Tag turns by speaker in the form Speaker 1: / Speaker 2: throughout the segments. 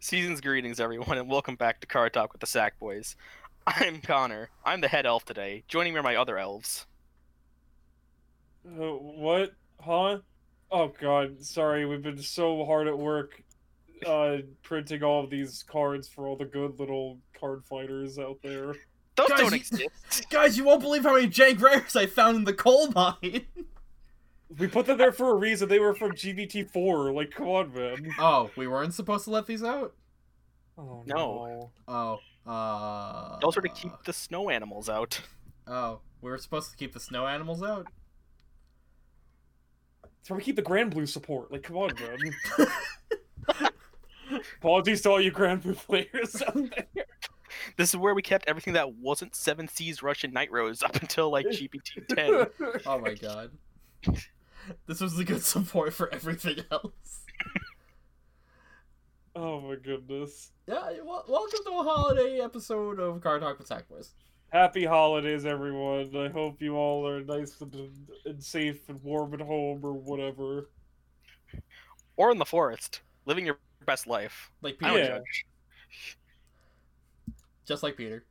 Speaker 1: Season's greetings, everyone, and welcome back to Car Talk with the Sack Boys. I'm Connor. I'm the head elf today. Joining me are my other elves.
Speaker 2: Uh, what? Huh? Oh god, sorry, we've been so hard at work uh, printing all of these cards for all the good little card fighters out there.
Speaker 1: Those
Speaker 3: Guys,
Speaker 1: don't
Speaker 3: you-
Speaker 1: exist.
Speaker 3: Guys, you won't believe how many jank rares I found in the coal mine.
Speaker 2: We put them there for a reason. They were from GBT4. Like, come on, man.
Speaker 3: Oh, we weren't supposed to let these out.
Speaker 2: Oh,
Speaker 1: No.
Speaker 3: Oh, uh.
Speaker 1: Those are to keep the snow animals out.
Speaker 3: Oh, we were supposed to keep the snow animals out.
Speaker 2: That's why we keep the Grand Blue support. Like, come on, man. Apologies to all you Grand Blue players out there.
Speaker 1: This is where we kept everything that wasn't Seven Seas Russian Night Rose up until like GPT 10.
Speaker 3: Oh my god. This was the good support for everything else.
Speaker 2: oh my goodness.
Speaker 3: Yeah, well, welcome to a holiday episode of Car Talk with Sack Boys.
Speaker 2: Happy holidays, everyone. I hope you all are nice and, and safe and warm at home or whatever.
Speaker 1: or in the forest, living your best life.
Speaker 3: Like
Speaker 1: I
Speaker 3: Peter,
Speaker 1: don't
Speaker 2: Yeah.
Speaker 1: judge.
Speaker 3: just like Peter,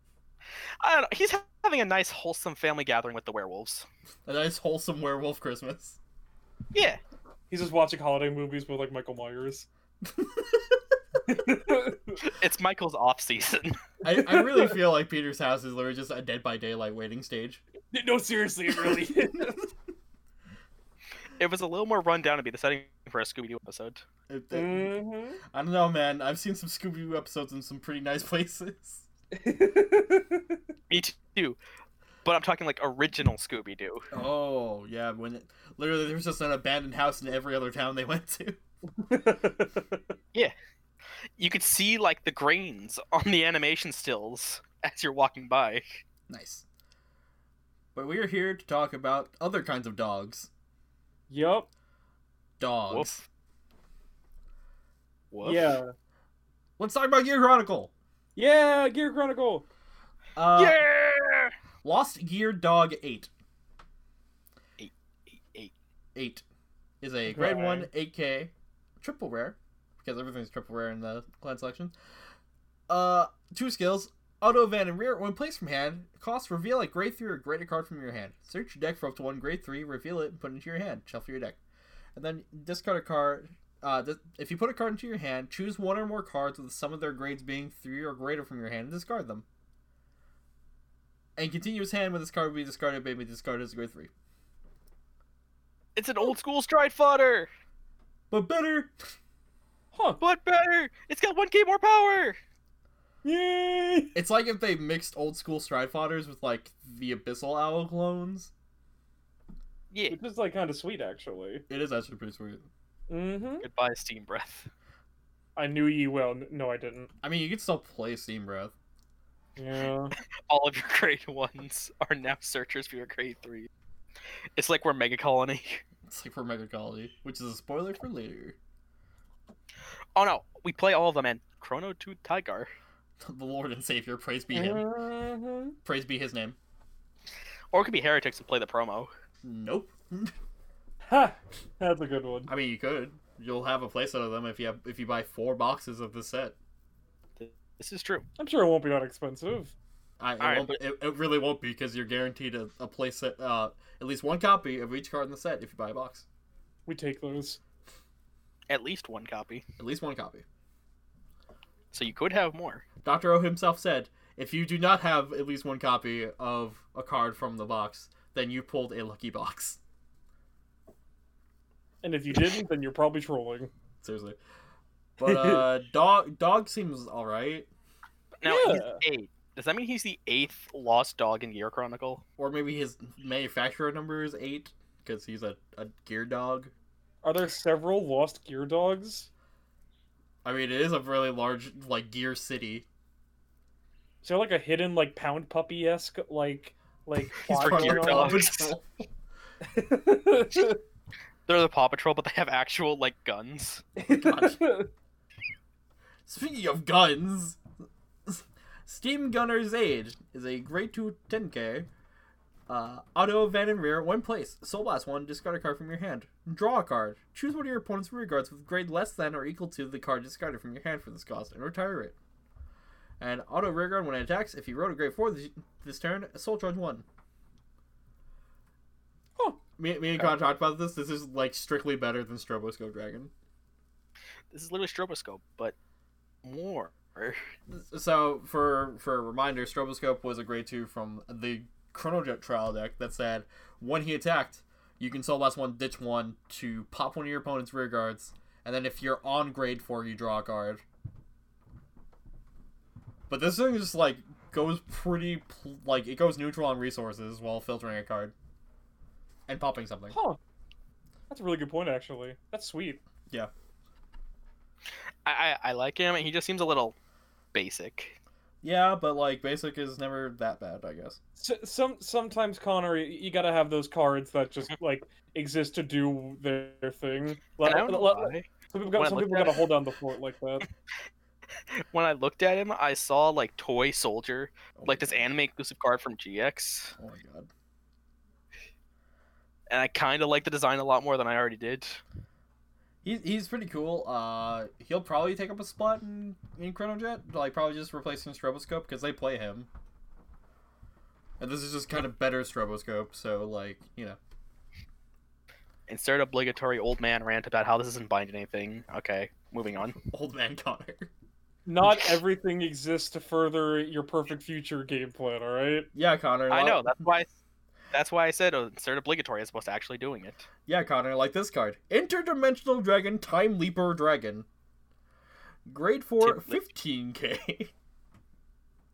Speaker 1: I don't know. He's having a nice, wholesome family gathering with the werewolves.
Speaker 3: a nice wholesome werewolf Christmas.
Speaker 1: Yeah.
Speaker 2: He's just watching holiday movies with like Michael Myers.
Speaker 1: It's Michael's off season.
Speaker 3: I, I really feel like Peter's house is literally just a Dead by Daylight waiting stage.
Speaker 2: no, seriously, it really is.
Speaker 1: It was a little more rundown to be the setting for a Scooby Doo episode.
Speaker 3: It- it-
Speaker 2: Mhm.
Speaker 3: I don't know, man. I've seen some Scooby Doo episodes in some pretty nice places.
Speaker 1: Me too. But I'm talking like original Scooby Doo.
Speaker 3: Oh yeah, when it, literally there was just an abandoned house in every other town they went to.
Speaker 1: You could see like the grains on the animation stills as you're walking by.
Speaker 3: Nice. But we are here to talk about other kinds of dogs.
Speaker 2: yep.
Speaker 3: Dogs.
Speaker 1: Woof. Woof.
Speaker 2: Yeah.
Speaker 3: Let's talk about Gear Chronicle.
Speaker 2: Yeah, Gear Chronicle.
Speaker 3: Uh,
Speaker 1: yeah.
Speaker 3: Lost Gear Dog Eight.
Speaker 1: Eight- eight- eight.
Speaker 3: Eight is a grade
Speaker 2: Okay.
Speaker 3: one eight K triple rare because everything's triple rare in the clan selection. Uh, two skills: auto, van, and rear. When placed from hand, costs reveal a grade three or greater card from your hand. Search your deck for up to one grade three, reveal it, and put it into your hand. Shuffle your deck, and then discard a card. Uh, th- if you put a card into your hand, choose one or more cards with the sum of their grades being three or greater from your hand and discard them. And continuous hand when this card will be discarded, baby discarded as a grade three.
Speaker 1: It's an old school stride fodder,
Speaker 3: But better!
Speaker 2: Huh.
Speaker 1: but better. It's got 1k more power.
Speaker 2: Yay.
Speaker 3: It's like if they mixed old school stride fodders with like the abyssal owl clones.
Speaker 1: Yeah.
Speaker 2: Which is like kind of sweet, actually.
Speaker 3: It is actually pretty sweet.
Speaker 2: Mm-hmm.
Speaker 1: Goodbye, steam breath.
Speaker 2: I knew ye well. N- No, I didn't.
Speaker 3: I mean you can still play Steam Breath.
Speaker 2: Yeah.
Speaker 1: All of your grade ones are now searchers for your grade three. It's like we're mega colony.
Speaker 3: It's like for Megacology, which is a spoiler for later.
Speaker 1: Oh no, we play all of them and Chrono to Tigar.
Speaker 3: The Lord and Savior, praise be him.
Speaker 2: hmm
Speaker 3: Praise be his name.
Speaker 1: Or it could be heretics and play the promo.
Speaker 3: Nope.
Speaker 2: Ha! That's a good one.
Speaker 3: I mean you could. You'll have a place out of them if you have if you buy four boxes of the set.
Speaker 1: This is true.
Speaker 2: I'm sure it won't be that expensive.
Speaker 3: I, it,
Speaker 1: Alright,
Speaker 3: won't, it, it really won't be because you're guaranteed a, a place set, uh, at least one copy of each card in the set if you buy a box.
Speaker 2: We take those.
Speaker 1: At least one copy.
Speaker 3: At least one copy.
Speaker 1: So you could have more.
Speaker 3: Dr. O himself said, if you do not have at least one copy of a card from the box, then you pulled a lucky box.
Speaker 2: And if you didn't, then you're probably trolling.
Speaker 3: Seriously. But uh, dog dog seems all right,
Speaker 1: Now
Speaker 2: Yeah.
Speaker 1: he's eight. Does that mean he's the eighth lost dog in Gear Chronicle?
Speaker 3: or maybe his manufacturer number is eight because he's a, a gear dog.
Speaker 2: Are there several lost gear dogs?
Speaker 3: I mean, it is a really large like gear city.
Speaker 2: Is there like a hidden like pound puppy esque like like plot
Speaker 1: for gear
Speaker 2: going
Speaker 3: Paw
Speaker 2: on?
Speaker 1: dogs.
Speaker 3: Patrol.
Speaker 1: They're the Paw Patrol, but they have actual like guns.
Speaker 3: Speaking of guns, Steam Gunner's Aid is a grade 2 10k. Uh, auto, van, and rear, one place. Soul Blast 1, discard a card from your hand. Draw a card. Choose one of your opponent's rear guards with grade less than or equal to the card discarded from your hand for this cost and retire it. And auto rear guard when it attacks. If you rolled a grade 4 this, this turn, Soul Charge 1.
Speaker 2: Huh.
Speaker 3: Me, me and Con talked about this. This is like strictly better than Stroboscope Dragon.
Speaker 1: This is literally stroboscope, but more.
Speaker 3: So for for a reminder, Stroboscope was a grade two from the Chronojet trial deck that said when he attacked, you can soul blast one, ditch one to pop one of your opponent's rear guards, and then if you're on grade four, you draw a card. But this thing just like goes pretty pl- like it goes neutral on resources while filtering a card and popping something.
Speaker 2: Huh. That's a really good point, actually. That's sweet.
Speaker 1: I, I I like him, and he just seems a little basic.
Speaker 3: Yeah, but like basic is never that bad, I guess.
Speaker 2: S some sometimes Connor, y- you gotta have those cards that just like exist to do their thing. Like,
Speaker 1: And I don't know
Speaker 2: like-
Speaker 1: why.
Speaker 2: some people,
Speaker 1: When I
Speaker 2: got, some
Speaker 1: looked
Speaker 2: people
Speaker 1: at
Speaker 2: gotta
Speaker 1: it-
Speaker 2: hold down the fort like that.
Speaker 1: When I looked at him, I saw like toy soldier,
Speaker 3: Oh
Speaker 1: like
Speaker 3: my
Speaker 1: this
Speaker 3: god.
Speaker 1: anime exclusive card from GX,
Speaker 3: Oh my god.
Speaker 1: and I kind of like the design a lot more than I already did.
Speaker 3: He, he's pretty cool. Uh, he'll probably take up a spot in, in Chronojet, like probably just replacing Stroboscope because they play him. And this is just kind of better Stroboscope, so like you know,
Speaker 1: Insert obligatory old man rant about how this isn't binding anything. Okay, moving on.
Speaker 3: old man Connor.
Speaker 2: Not everything exists to further your perfect future game plan. All right.
Speaker 3: yeah, Connor.
Speaker 1: I
Speaker 3: like-
Speaker 1: know that's why. That's why I said oh, insert obligatory as opposed to actually doing it.
Speaker 3: Yeah, Connor. Like this card, interdimensional dragon, time leaper dragon. Grade 4,
Speaker 1: Tim Lick.
Speaker 3: 15k.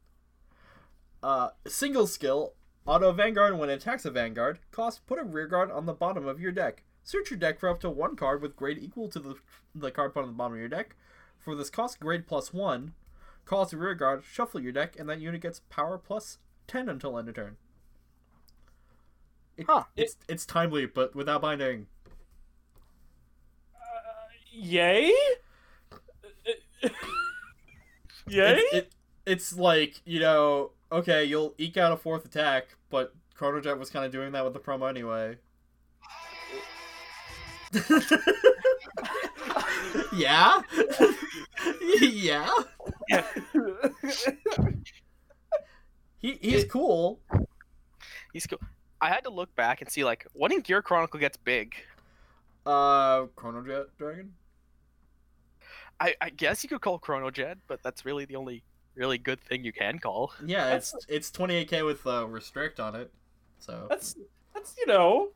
Speaker 3: uh, single skill, auto vanguard when it attacks a vanguard. Cost, put a rear guard on the bottom of your deck. Search your deck for up to one card with grade equal to the, the card put on the bottom of your deck. For this cost, grade plus 1. Cost rear guard, shuffle your deck, and that unit gets power plus 10 until end of turn. It-
Speaker 1: Huh.
Speaker 3: It's, it's timely, but without binding.
Speaker 2: Uh, yay. yay.
Speaker 3: It's, it, it's like, you know, okay, you'll eke out a fourth attack, but Chronojet was kind of doing that with the promo anyway. yeah? yeah? He, he's cool.
Speaker 1: He's cool. I had to look back and see like when in Gear Chronicle gets big.
Speaker 3: Uh, Chronojet Dragon?
Speaker 1: I, I guess you could call Chrono Jet, but that's really the only really good thing you can call.
Speaker 3: Yeah, it's it's 28k with uh, Restrict on it, so
Speaker 2: that's that's you know,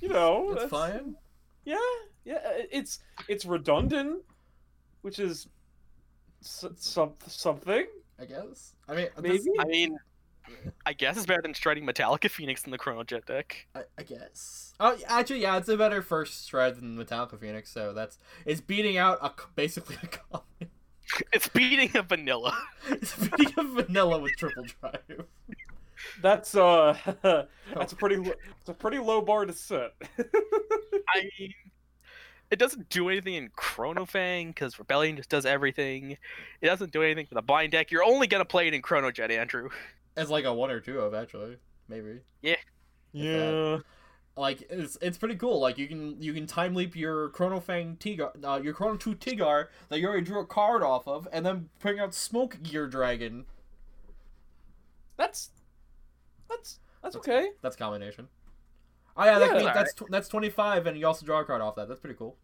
Speaker 2: you know.
Speaker 3: that's fine.
Speaker 2: Yeah, yeah. i- It's it's redundant, which is s- some, something.
Speaker 3: I guess. I mean, this-
Speaker 2: Maybe
Speaker 1: I mean, I guess it's better than striding Metallica Phoenix in the Chrono Jet deck.
Speaker 3: I, I guess. Oh, actually, yeah, it's a better first shred than Metallica Phoenix. So that's it's beating out a c- basically a common.
Speaker 1: It's beating a vanilla.
Speaker 3: it's beating a vanilla with triple drive.
Speaker 2: that's uh that's a pretty lo- it's a pretty low bar to set.
Speaker 1: I mean, it doesn't do anything in Chrono Fang because Rebellion just does everything. It doesn't do anything for the bind deck. You're only gonna play it in Chrono Jet, Andrew.
Speaker 3: As like a one or two of actually, maybe.
Speaker 2: yeah,
Speaker 3: Like it's it's pretty cool. Like you can you can time leap your Chrono Fang Tigar, uh, your Chrono Two Tigar that you already drew a card off of, and then bring out Smoke Gear Dragon.
Speaker 2: that's that's that's okay.
Speaker 3: That's a combination. Oh yeah, that
Speaker 2: Yeah.
Speaker 3: means
Speaker 1: Alright.
Speaker 3: that's tw- that's twenty five, and you also draw a card off that. That's pretty cool.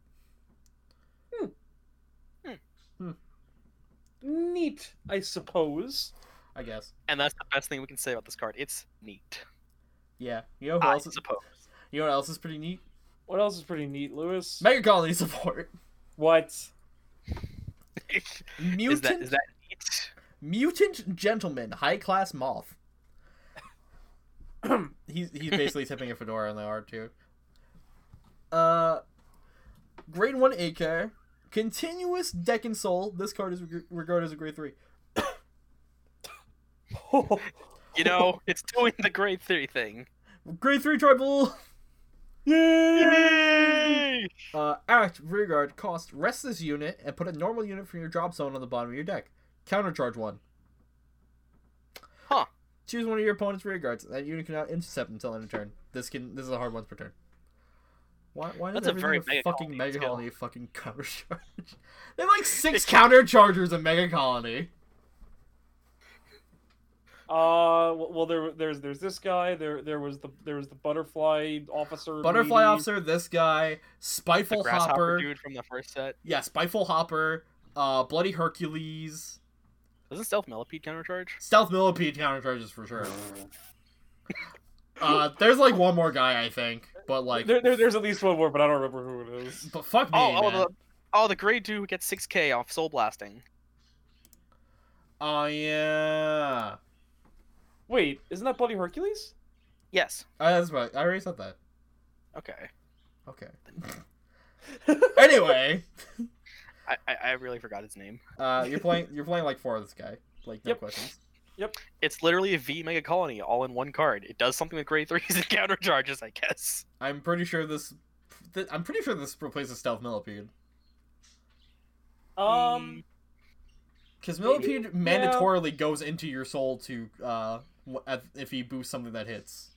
Speaker 2: Neat, I suppose.
Speaker 3: I guess.
Speaker 1: And that's the best thing we can say about this card. It's neat.
Speaker 3: Yeah. You know who
Speaker 1: I
Speaker 3: else? Is,
Speaker 1: suppose.
Speaker 3: you know what else is pretty neat?
Speaker 2: What else is pretty neat, Lewis?
Speaker 3: Mega Colony support.
Speaker 2: what?
Speaker 3: Mutant,
Speaker 1: is that is that neat?
Speaker 3: mutant gentleman, high class moth. he's he's basically tipping a fedora in the art too. Uh, grade one AK, continuous deck and soul. This card is reg- regarded as a grade three.
Speaker 1: You know, it's doing the grade three thing.
Speaker 3: Grade three tribal.
Speaker 1: Yay!
Speaker 3: Uh, act rear guard cost rest this unit and put a normal unit from your drop zone on the bottom of your deck. Countercharge one.
Speaker 1: Huh.
Speaker 3: Choose one of your opponent's rear guards. That unit cannot intercept until end of turn. This can this is a hard one per turn. Why why does
Speaker 1: That's a very
Speaker 3: everything
Speaker 1: mega
Speaker 3: a fucking
Speaker 1: colony
Speaker 3: mega
Speaker 1: skill.
Speaker 3: colony fucking counter charge? they have like six counter chargers in mega colony.
Speaker 2: Uh, w- well, there, there's, there's this guy. There, there was the, there was the butterfly officer.
Speaker 3: Butterfly
Speaker 2: lady.
Speaker 3: officer, this guy,
Speaker 1: The
Speaker 3: spiteful
Speaker 1: grasshopper
Speaker 3: hopper,
Speaker 1: dude from the first set.
Speaker 3: yeah, spiteful hopper, uh, bloody Hercules,
Speaker 1: Doesn't stealth millipede countercharge?
Speaker 3: stealth millipede counter charges for sure. Uh, there's like one more guy I think, but like,
Speaker 2: There, there, there's at least one more, but I don't remember who it is.
Speaker 3: but fuck me,
Speaker 1: Oh, oh,
Speaker 3: man.
Speaker 1: the, oh, the gray dude who gets 6k off soul blasting.
Speaker 3: Oh yeah.
Speaker 2: Wait, isn't that bloody Hercules?
Speaker 1: Yes.
Speaker 3: Uh, that's right. I already said that.
Speaker 1: Okay.
Speaker 3: Okay. anyway,
Speaker 1: I, I, I really forgot his name.
Speaker 3: uh, you're playing. You're playing like four of this guy. Like no
Speaker 2: Yep.
Speaker 3: questions.
Speaker 1: It's literally a V mega colony all in one card. It does something with grade threes and countercharges, I guess.
Speaker 3: I'm pretty sure this. Th- I'm pretty sure this replaces stealth millipede
Speaker 2: Um,
Speaker 3: because
Speaker 2: Maybe.
Speaker 3: millipede mandatorily goes into your soul to uh wh- at- if he boosts something that hits.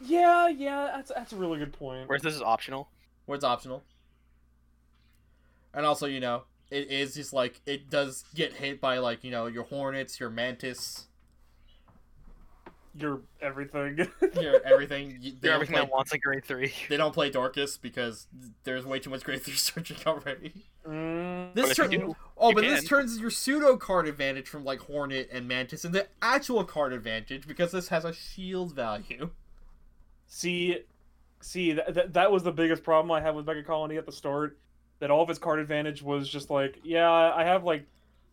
Speaker 2: yeah, yeah, that's that's a really good point.
Speaker 1: Whereas Hmm. this is optional.
Speaker 3: where it's optional. And also, you know, it is just like it does get hit by like you know your hornets, your mantis,
Speaker 2: You're everything.
Speaker 3: your everything. You- they
Speaker 1: You're
Speaker 3: don't
Speaker 1: everything
Speaker 3: play-
Speaker 1: that wants a grade three.
Speaker 3: They don't play Dorcas because there's way too much Grade 3 searching already.
Speaker 2: Mm,
Speaker 1: But
Speaker 3: This
Speaker 1: if you
Speaker 3: turn,
Speaker 1: do,
Speaker 3: oh,
Speaker 1: you
Speaker 3: but this
Speaker 1: can.
Speaker 3: turns your pseudo card advantage from like Hornet and Mantis into actual card advantage because this has a shield value.
Speaker 2: See, see, that, that that was the biggest problem I had with Mega Colony at the start. That all of its card advantage was just like, yeah, I have like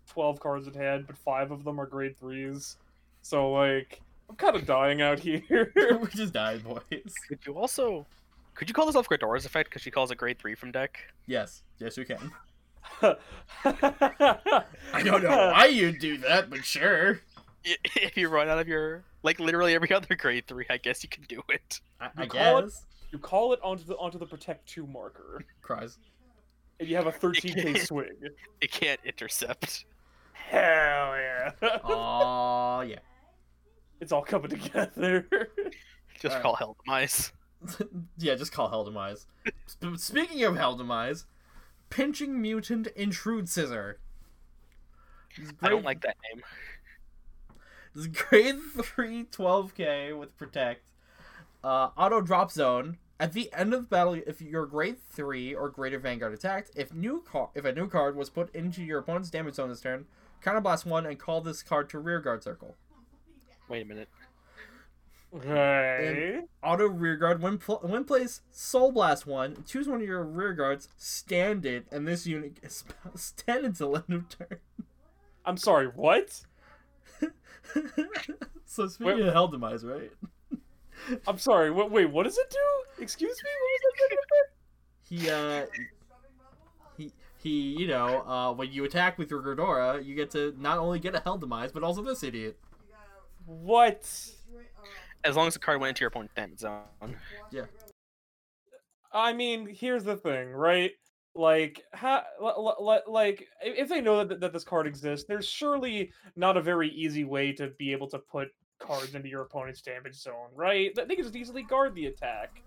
Speaker 2: twelve cards in hand, but five of them are grade threes. So like, I'm kind of dying out here.
Speaker 3: we just died, boys.
Speaker 1: could you also. Could you call this off Gradora's effect because she calls a grade three from deck?
Speaker 3: Yes, yes, we can.
Speaker 2: I
Speaker 3: I don't know why you do that, but sure.
Speaker 1: I- If you run out of your. Like literally every other grade three, I guess you can do it.
Speaker 3: I,
Speaker 2: You
Speaker 3: I
Speaker 2: call it-
Speaker 3: guess.
Speaker 2: You call it onto the onto the protect two marker,
Speaker 3: Cries.
Speaker 2: and you have a 13k swing.
Speaker 1: It can't intercept.
Speaker 2: Hell yeah!
Speaker 3: Aw, yeah.
Speaker 2: it's all coming together.
Speaker 1: Just
Speaker 3: Alright.
Speaker 1: call Hell Demise.
Speaker 3: yeah, just call Hell Demise. Sp- Speaking of Hell Demise, Pinching Mutant Intrude Scissor. This
Speaker 1: I
Speaker 3: great-
Speaker 1: don't like that name.
Speaker 3: This is grade 3 12k with protect. Uh, auto drop zone. At the end of the battle, if your grade 3 or greater vanguard attacked, if new car- if a new card was put into your opponent's damage zone this turn, counterblast 1 and call this card to rearguard circle.
Speaker 1: Wait a minute.
Speaker 2: Okay.
Speaker 3: Auto rearguard when pl- when plays soul blast 1, choose one of your rearguards, stand it and this unit gets stand until end of
Speaker 2: I'm sorry. What?
Speaker 3: turn. so speaking
Speaker 2: Wait-
Speaker 3: of hell demise, right?
Speaker 2: I'm sorry. Wait, wait what does it do? Excuse me. What was
Speaker 3: he uh he he you know uh when you attack with your Gordora, you get to not only get a hell demise but also this idiot
Speaker 2: that? What?
Speaker 1: As long as the card went into your opponent's damage zone.
Speaker 2: I mean, here's the thing, right? Like, ha, l- l- l- like, i- if they know that, that this card exists, there's surely not a very easy way to be able to put cards into your opponent's damage zone, right? That They can just easily guard the attack.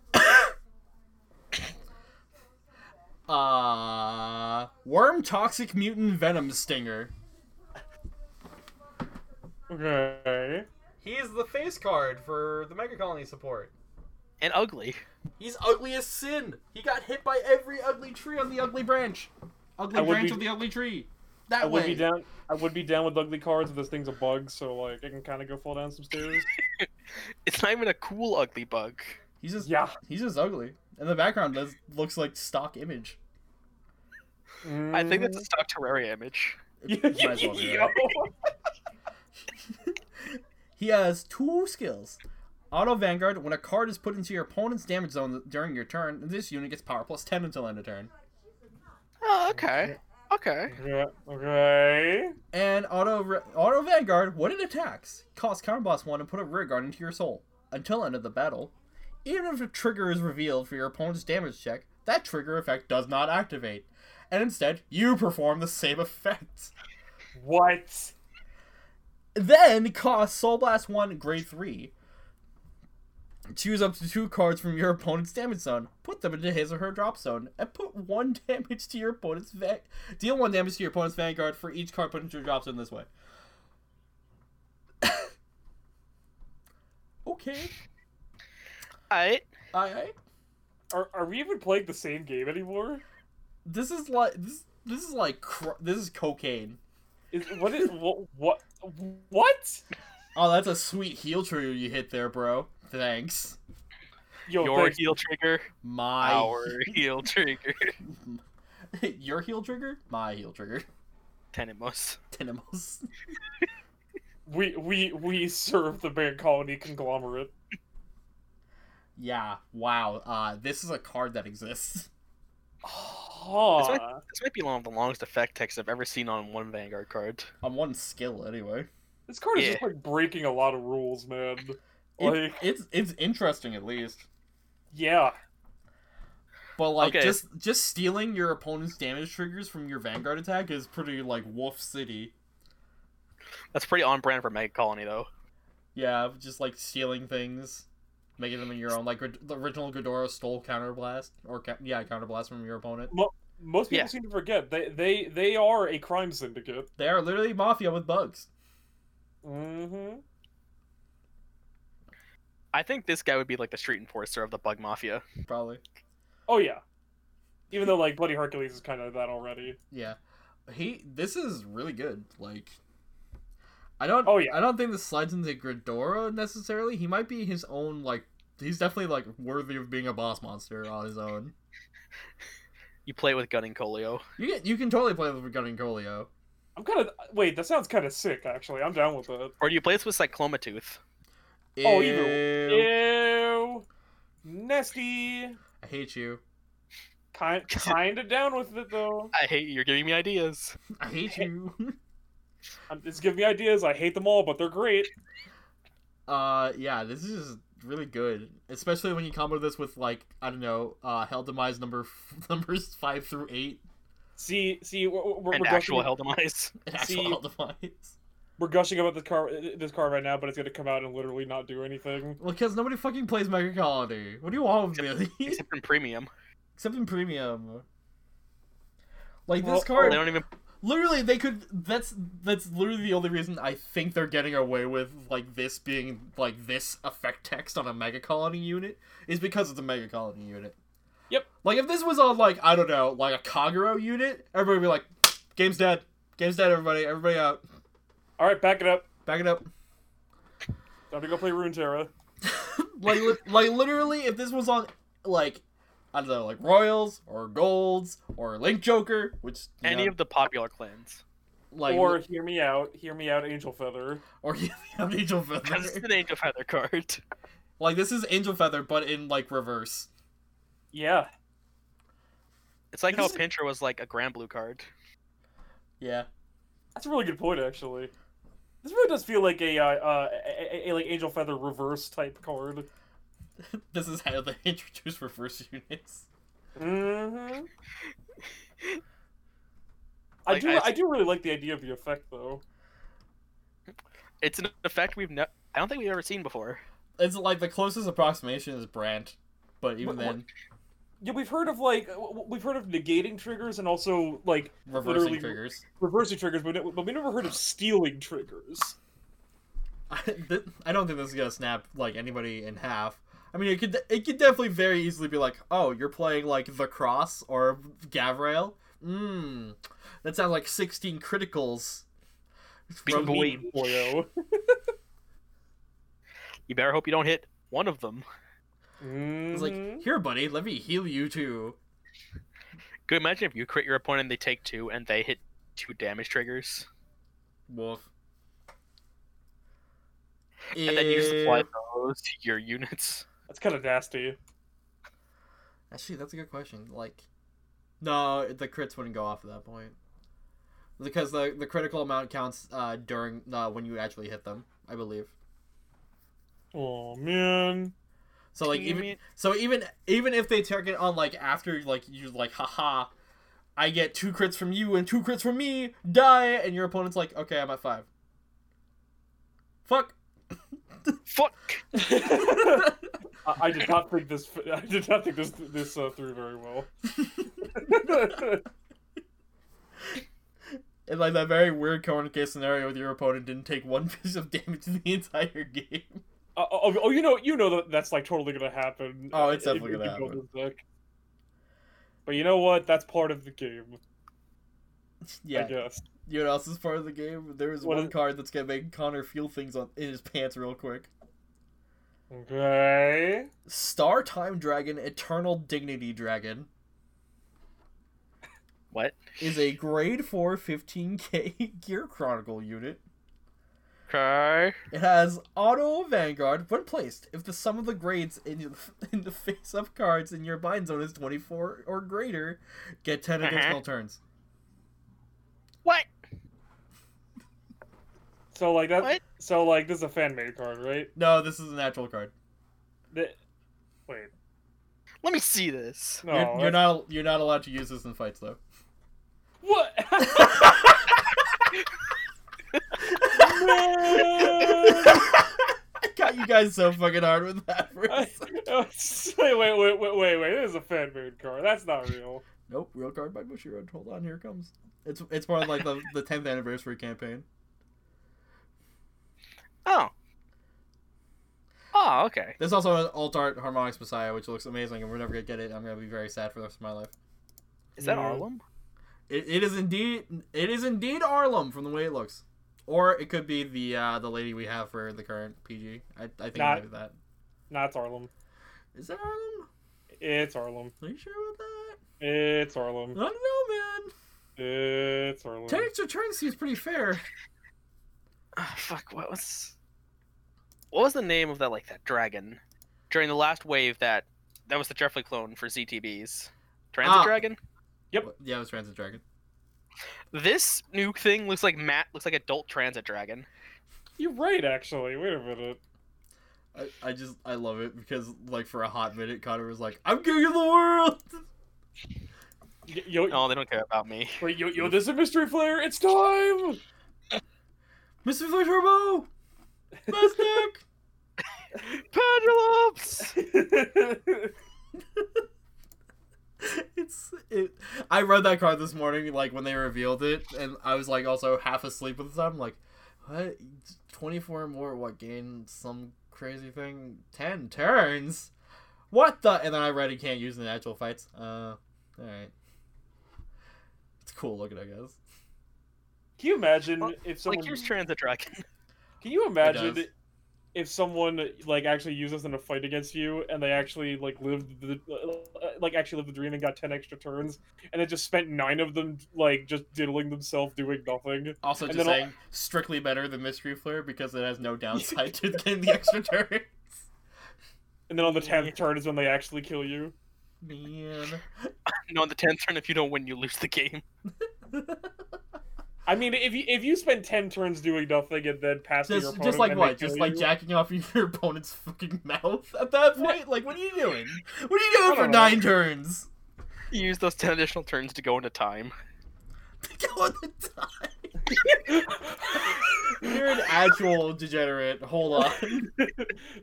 Speaker 3: uh worm toxic mutant venom stinger
Speaker 2: Okay.
Speaker 3: he is the face card for the mega colony support
Speaker 1: And ugly.
Speaker 3: he's ugly as sin he got hit by every ugly tree on the ugly branch ugly
Speaker 2: I would
Speaker 3: branch
Speaker 2: be-
Speaker 3: of the ugly tree
Speaker 2: I
Speaker 3: that
Speaker 2: would
Speaker 3: way
Speaker 2: be down. I would be down with ugly cards if this thing's a bug, so like it can kind of go fall down some stairs.
Speaker 1: It's not even a cool ugly bug.
Speaker 3: he's just
Speaker 2: yeah.
Speaker 3: he's just ugly and the background does, looks like stock image
Speaker 1: I think that's
Speaker 2: Mhm.
Speaker 1: a stock Terraria image.
Speaker 3: Mm. Might as well be, right? He has two skills. Auto Vanguard, when a card is put into your opponent's damage zone during your turn, this unit gets power plus 10 until end of turn.
Speaker 1: Oh, okay. Okay.
Speaker 2: Yeah, okay.
Speaker 3: And Auto Re- Auto Vanguard, when it attacks, cost counterblast 1 and put a rearguard into your soul. Until end of the battle, even if a trigger is revealed for your opponent's damage check, that trigger effect does not activate. And instead, you perform the same effect.
Speaker 2: What?
Speaker 3: Then cost Soul Blast 1 Grade 3. Choose up to two cards from your opponent's damage zone, put them into his or her drop zone, and put one damage to your opponent's va- deal one damage to your opponent's vanguard for each card put into your drop zone this way. okay.
Speaker 1: Alright.
Speaker 3: I, I
Speaker 2: Are, are we even playing the same game anymore?
Speaker 3: this is like this this is like cr- this is cocaine.
Speaker 2: Is what is what what what?
Speaker 3: Oh, that's a sweet heel trigger you hit there, bro. Thanks.
Speaker 2: Yo,
Speaker 1: your
Speaker 2: thanks.
Speaker 1: heel trigger.
Speaker 3: My
Speaker 1: Our heel trigger.
Speaker 3: your heel trigger, my heel trigger.
Speaker 1: Tenemos.
Speaker 3: Tenemos.
Speaker 2: we we we serve the Band Colony conglomerate.
Speaker 3: Yeah. Wow. Uh, this is a card that exists.
Speaker 2: Huh.
Speaker 1: This might be one of the longest effect texts I've ever seen on one Vanguard card.
Speaker 3: On one skill, anyway.
Speaker 2: This card is
Speaker 1: Yeah.
Speaker 2: just like breaking a lot of rules, man.
Speaker 3: It-
Speaker 2: Like,
Speaker 3: it's it's interesting at least.
Speaker 2: yeah,
Speaker 3: But like
Speaker 1: Okay.
Speaker 3: just just stealing your opponent's damage triggers from your vanguard attack is pretty like Wolf City.
Speaker 1: That's pretty on brand for Mega Colony, though.
Speaker 3: Yeah, just like stealing things, making them your own. Like Gr- the original Ghidorah stole counterblast or ca- yeah counterblast from your opponent.
Speaker 2: most people
Speaker 1: Yeah.
Speaker 2: seem to forget they they they are a crime syndicate.
Speaker 3: They are literally mafia with bugs.
Speaker 2: Mm-hmm.
Speaker 1: I think this guy would be like the street enforcer of the Bug Mafia.
Speaker 3: Probably.
Speaker 2: Oh yeah, even though like Bloody Hercules is kind of that already.
Speaker 3: Yeah. He this is really good. Like I don't
Speaker 2: Oh, yeah.
Speaker 3: I don't think this slides into Ghidorah necessarily. He might be his own like he's definitely like worthy of being a boss monster on his own.
Speaker 1: You play with Gunning Colio.
Speaker 3: You can, you can totally play with Gunning Colio.
Speaker 2: I'm kind of wait. That sounds kind of sick, actually. I'm down with that.
Speaker 1: Or do you play this with Cyclomatooth?
Speaker 2: Oh, either
Speaker 3: Ew.
Speaker 2: Ew, nasty.
Speaker 3: I hate you.
Speaker 2: Kind kind of down with it though.
Speaker 1: I hate you. You're giving me ideas.
Speaker 3: I hate you.
Speaker 2: I'm, it's giving me ideas. I hate them all, but they're great.
Speaker 3: uh yeah, this is really good. Especially when you combo this with like, I don't know, uh Hell Demise number numbers 5 through 8
Speaker 2: See, see, we're, we're, we're
Speaker 1: And
Speaker 2: gushing-
Speaker 1: actual Hell Demise.
Speaker 3: and actual
Speaker 2: See-
Speaker 3: Hell Demise.
Speaker 2: we're gushing about this car this car right now, but it's gonna come out and literally not do anything.
Speaker 3: Well, cuz nobody fucking plays Mega Colony. What do you want with me?
Speaker 1: Except in Premium.
Speaker 3: except in premium. Like
Speaker 2: Well,
Speaker 3: this card,
Speaker 1: They don't even.
Speaker 3: literally, they could. That's that's literally the only reason I think they're getting away with like this being like this effect text on a mega colony unit is because it's a mega colony unit.
Speaker 2: Yep.
Speaker 3: Like if this was on like I don't know like a Kagero unit, everybody would be like, "Game's dead, game's dead, everybody, everybody out,
Speaker 2: All right, back it up.
Speaker 3: back it up."
Speaker 2: Time to go play Runeterra.
Speaker 3: like li- like literally if this was on like I don't know like Royals or Golds or Link Joker, which you
Speaker 1: Any
Speaker 3: know,
Speaker 1: of the popular clans.
Speaker 3: like
Speaker 2: or hear me out, hear me out, Angel Feather.
Speaker 3: or you have angel
Speaker 1: Because it's
Speaker 3: feather.
Speaker 1: an Angel Feather card.
Speaker 3: like this is angel feather, but in like reverse.
Speaker 2: Yeah,
Speaker 1: It's like how
Speaker 3: This is-
Speaker 1: Pincher was like a grand blue card.
Speaker 3: Yeah,
Speaker 2: that's a really good point, actually. This really does feel like a uh, uh, a, a, a, like Angel Feather reverse type card.
Speaker 3: this is how they introduce reverse units.
Speaker 2: Mm-hmm. I
Speaker 1: Like,
Speaker 2: do
Speaker 1: I-
Speaker 2: I do really like the idea of the effect though.
Speaker 1: It's an effect we've never. I don't think we've ever seen before.
Speaker 3: It's like the closest approximation is Brandt, but even
Speaker 2: What-
Speaker 3: then,
Speaker 2: Yeah, we've heard of like w- w- we've heard of negating triggers and also like
Speaker 3: reversing
Speaker 2: literally-
Speaker 3: triggers.
Speaker 2: reversing triggers, but we- but we never heard of stealing triggers.
Speaker 3: I, th- I don't think this is gonna snap like anybody in half. I mean, it could it could definitely very easily be like, oh, you're playing like the cross or Gavrail. Mmm, that sounds like sixteen criticals.
Speaker 1: Big
Speaker 3: from-
Speaker 1: boy.
Speaker 2: Mean boyo.
Speaker 1: You better hope you don't hit one of them.
Speaker 3: It's
Speaker 2: Mm-hmm.
Speaker 3: like, here, buddy, let me heal you too.
Speaker 1: Could you imagine if you crit your opponent and they take two and they hit two damage triggers?
Speaker 3: Wolf.
Speaker 1: And then you just apply
Speaker 3: Ew.
Speaker 1: those to your units.
Speaker 2: that's kind of nasty.
Speaker 3: Actually, that's a good question. Like, no, the crits wouldn't go off at that point because the the critical amount counts uh, during uh, when you actually hit them, I believe.
Speaker 2: Oh man.
Speaker 3: So like
Speaker 1: Can you
Speaker 3: even
Speaker 1: mean-
Speaker 3: so even even if they target on like after like you like haha, I get two crits from you and two crits from me, die, and your opponent's like okay I'm at five. Fuck.
Speaker 1: Fuck.
Speaker 2: I, I did not think this. I did not think this this uh, through very well.
Speaker 3: And like that very weird Conan case scenario with your opponent didn't take one piece of damage the entire game.
Speaker 2: Uh, oh, oh, you know, you know that that's like totally gonna happen. uh,
Speaker 3: Oh, it's
Speaker 2: if-
Speaker 3: definitely
Speaker 2: if
Speaker 3: gonna
Speaker 2: you build
Speaker 3: happen.
Speaker 2: this deck. But you know what? That's part of the game, I
Speaker 3: Yeah.
Speaker 2: guess.
Speaker 3: You know what else is part of the game? There is
Speaker 2: What
Speaker 3: one
Speaker 2: is-
Speaker 3: card that's gonna make Connor feel things on in his pants real quick.
Speaker 2: Okay.
Speaker 3: Star Time Dragon Eternal Dignity Dragon
Speaker 1: What?
Speaker 3: is a grade 4 15k Gear Chronicle unit.
Speaker 1: Okay.
Speaker 3: It has auto vanguard when placed. If the sum of the grades in, your, in the face-up cards in your bind zone is 24 or greater, get 10
Speaker 1: Uh-huh.
Speaker 3: additional turns.
Speaker 1: What?
Speaker 2: So like that.
Speaker 1: What?
Speaker 2: So like this is a fan made card, right?
Speaker 3: No, this is an actual card.
Speaker 2: The- Wait.
Speaker 1: Let me see this.
Speaker 2: No.
Speaker 3: you're, you're
Speaker 2: Oh, that's-
Speaker 3: not you're not allowed to use this in fights though.
Speaker 2: What?
Speaker 3: I got you guys so fucking hard with that. for a
Speaker 2: I-
Speaker 3: sec.
Speaker 2: I was- wait, wait, wait, wait, wait, wait. This is a fan made card. That's not real.
Speaker 3: Nope, real card by Bushiroad. Hold on, here it comes. It's it's part of like the the 10th anniversary campaign.
Speaker 1: Oh. Oh, okay.
Speaker 3: There's also an alt art harmonics messiah which looks amazing, and we're never gonna get it. I'm gonna be very sad for the rest of my life.
Speaker 1: Is that
Speaker 2: Yeah.
Speaker 1: Arlem?
Speaker 3: It, it is indeed it is indeed Arlem from the way it looks, or it could be the uh, the lady we have for the current PG. I, I think
Speaker 2: Not-
Speaker 3: it might be that.
Speaker 2: Not it's Arlem.
Speaker 3: Is that Arlem?
Speaker 2: It's Arlem.
Speaker 3: Are you sure about that?
Speaker 2: It's Arlem.
Speaker 3: I don't know, man.
Speaker 2: It's Arlem.
Speaker 3: Ten extra turns seems pretty fair.
Speaker 1: Ah, fuck. What was? What was the name of that like that dragon? During the last wave, that that was the Jeffrey clone for ZTBs. Transit
Speaker 3: Ah.
Speaker 1: dragon.
Speaker 2: Yep.
Speaker 3: Yeah, it was Transit Dragon.
Speaker 1: This new thing looks like Matt looks like adult transit dragon.
Speaker 2: You're right, actually. Wait a minute.
Speaker 3: I, I just I love it because like for a hot minute Connor was like, I'm giving you the world.
Speaker 2: Y- Yo,
Speaker 1: Oh, they don't care about me.
Speaker 2: wait, yo, yo, this is a mystery flare. It's time.
Speaker 3: Mr. Flare Turbo! Mastic!
Speaker 1: Pendulums.
Speaker 3: it's it I read that card this morning, like when they revealed it, and I was like also half asleep at the time, like, what twenty four more what gain some crazy thing? Ten turns? What the and then I read it can't use in the actual fights. Uh alright. It's cool looking, I guess.
Speaker 2: Can you imagine
Speaker 1: Well,
Speaker 2: if
Speaker 1: like
Speaker 2: someone?
Speaker 1: here's transit dragon.
Speaker 2: Can you
Speaker 3: It does.
Speaker 2: imagine if someone like actually uses in a fight against you and they actually like lived the like actually lived the dream and got ten extra turns and then just spent nine of them like just diddling themselves doing nothing?
Speaker 3: Also,
Speaker 2: And
Speaker 3: just
Speaker 2: then I'll-
Speaker 3: saying, strictly better than Mystery Flare because it has no downside to getting the extra turn.
Speaker 2: And then on the tenth turn is when they actually kill you.
Speaker 3: Man.
Speaker 1: No, on the tenth turn, if you don't win, you lose the game.
Speaker 2: I mean, if you if you spend ten turns doing nothing and then pass to your
Speaker 3: Just,
Speaker 2: opponent,
Speaker 3: just like
Speaker 2: and they
Speaker 3: what? Just
Speaker 2: kill
Speaker 3: like
Speaker 2: you-
Speaker 3: jacking off your opponent's fucking mouth at that point? Like, what are you doing? What are you
Speaker 2: I
Speaker 3: doing for
Speaker 2: don't know.
Speaker 3: nine turns?
Speaker 1: You use those ten additional turns to go into time.
Speaker 3: Go on the time. You're an actual degenerate. Hold on.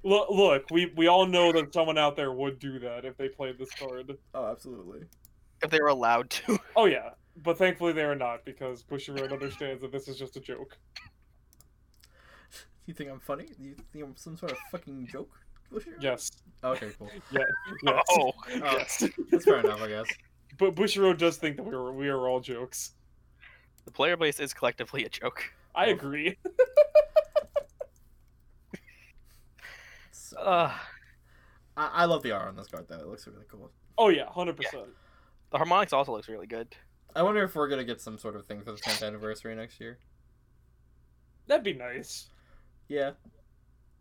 Speaker 2: look, look, we we all know that someone out there would do that if they played this card.
Speaker 3: Oh, absolutely.
Speaker 1: If they were allowed to.
Speaker 2: Oh yeah, but thankfully they are not because Bushiroad understands that this is just a joke.
Speaker 3: You think I'm funny? You think I'm some sort of fucking joke? Oh,
Speaker 2: Yes,
Speaker 3: Okay, cool.
Speaker 2: yes,
Speaker 1: Oh.
Speaker 2: yes.
Speaker 3: That's fair enough, I guess.
Speaker 2: But Bushiroad does think that we are we are all jokes.
Speaker 1: The player base is collectively a joke.
Speaker 2: I agree.
Speaker 3: So-
Speaker 1: Uh,
Speaker 3: I-, I love the R on this card, though. It looks really cool.
Speaker 2: Oh yeah, hundred percent.
Speaker 1: the harmonics also looks really good.
Speaker 3: I wonder if we're gonna get some sort of thing for the 10th anniversary next year.
Speaker 2: That'd be nice.
Speaker 3: Yeah.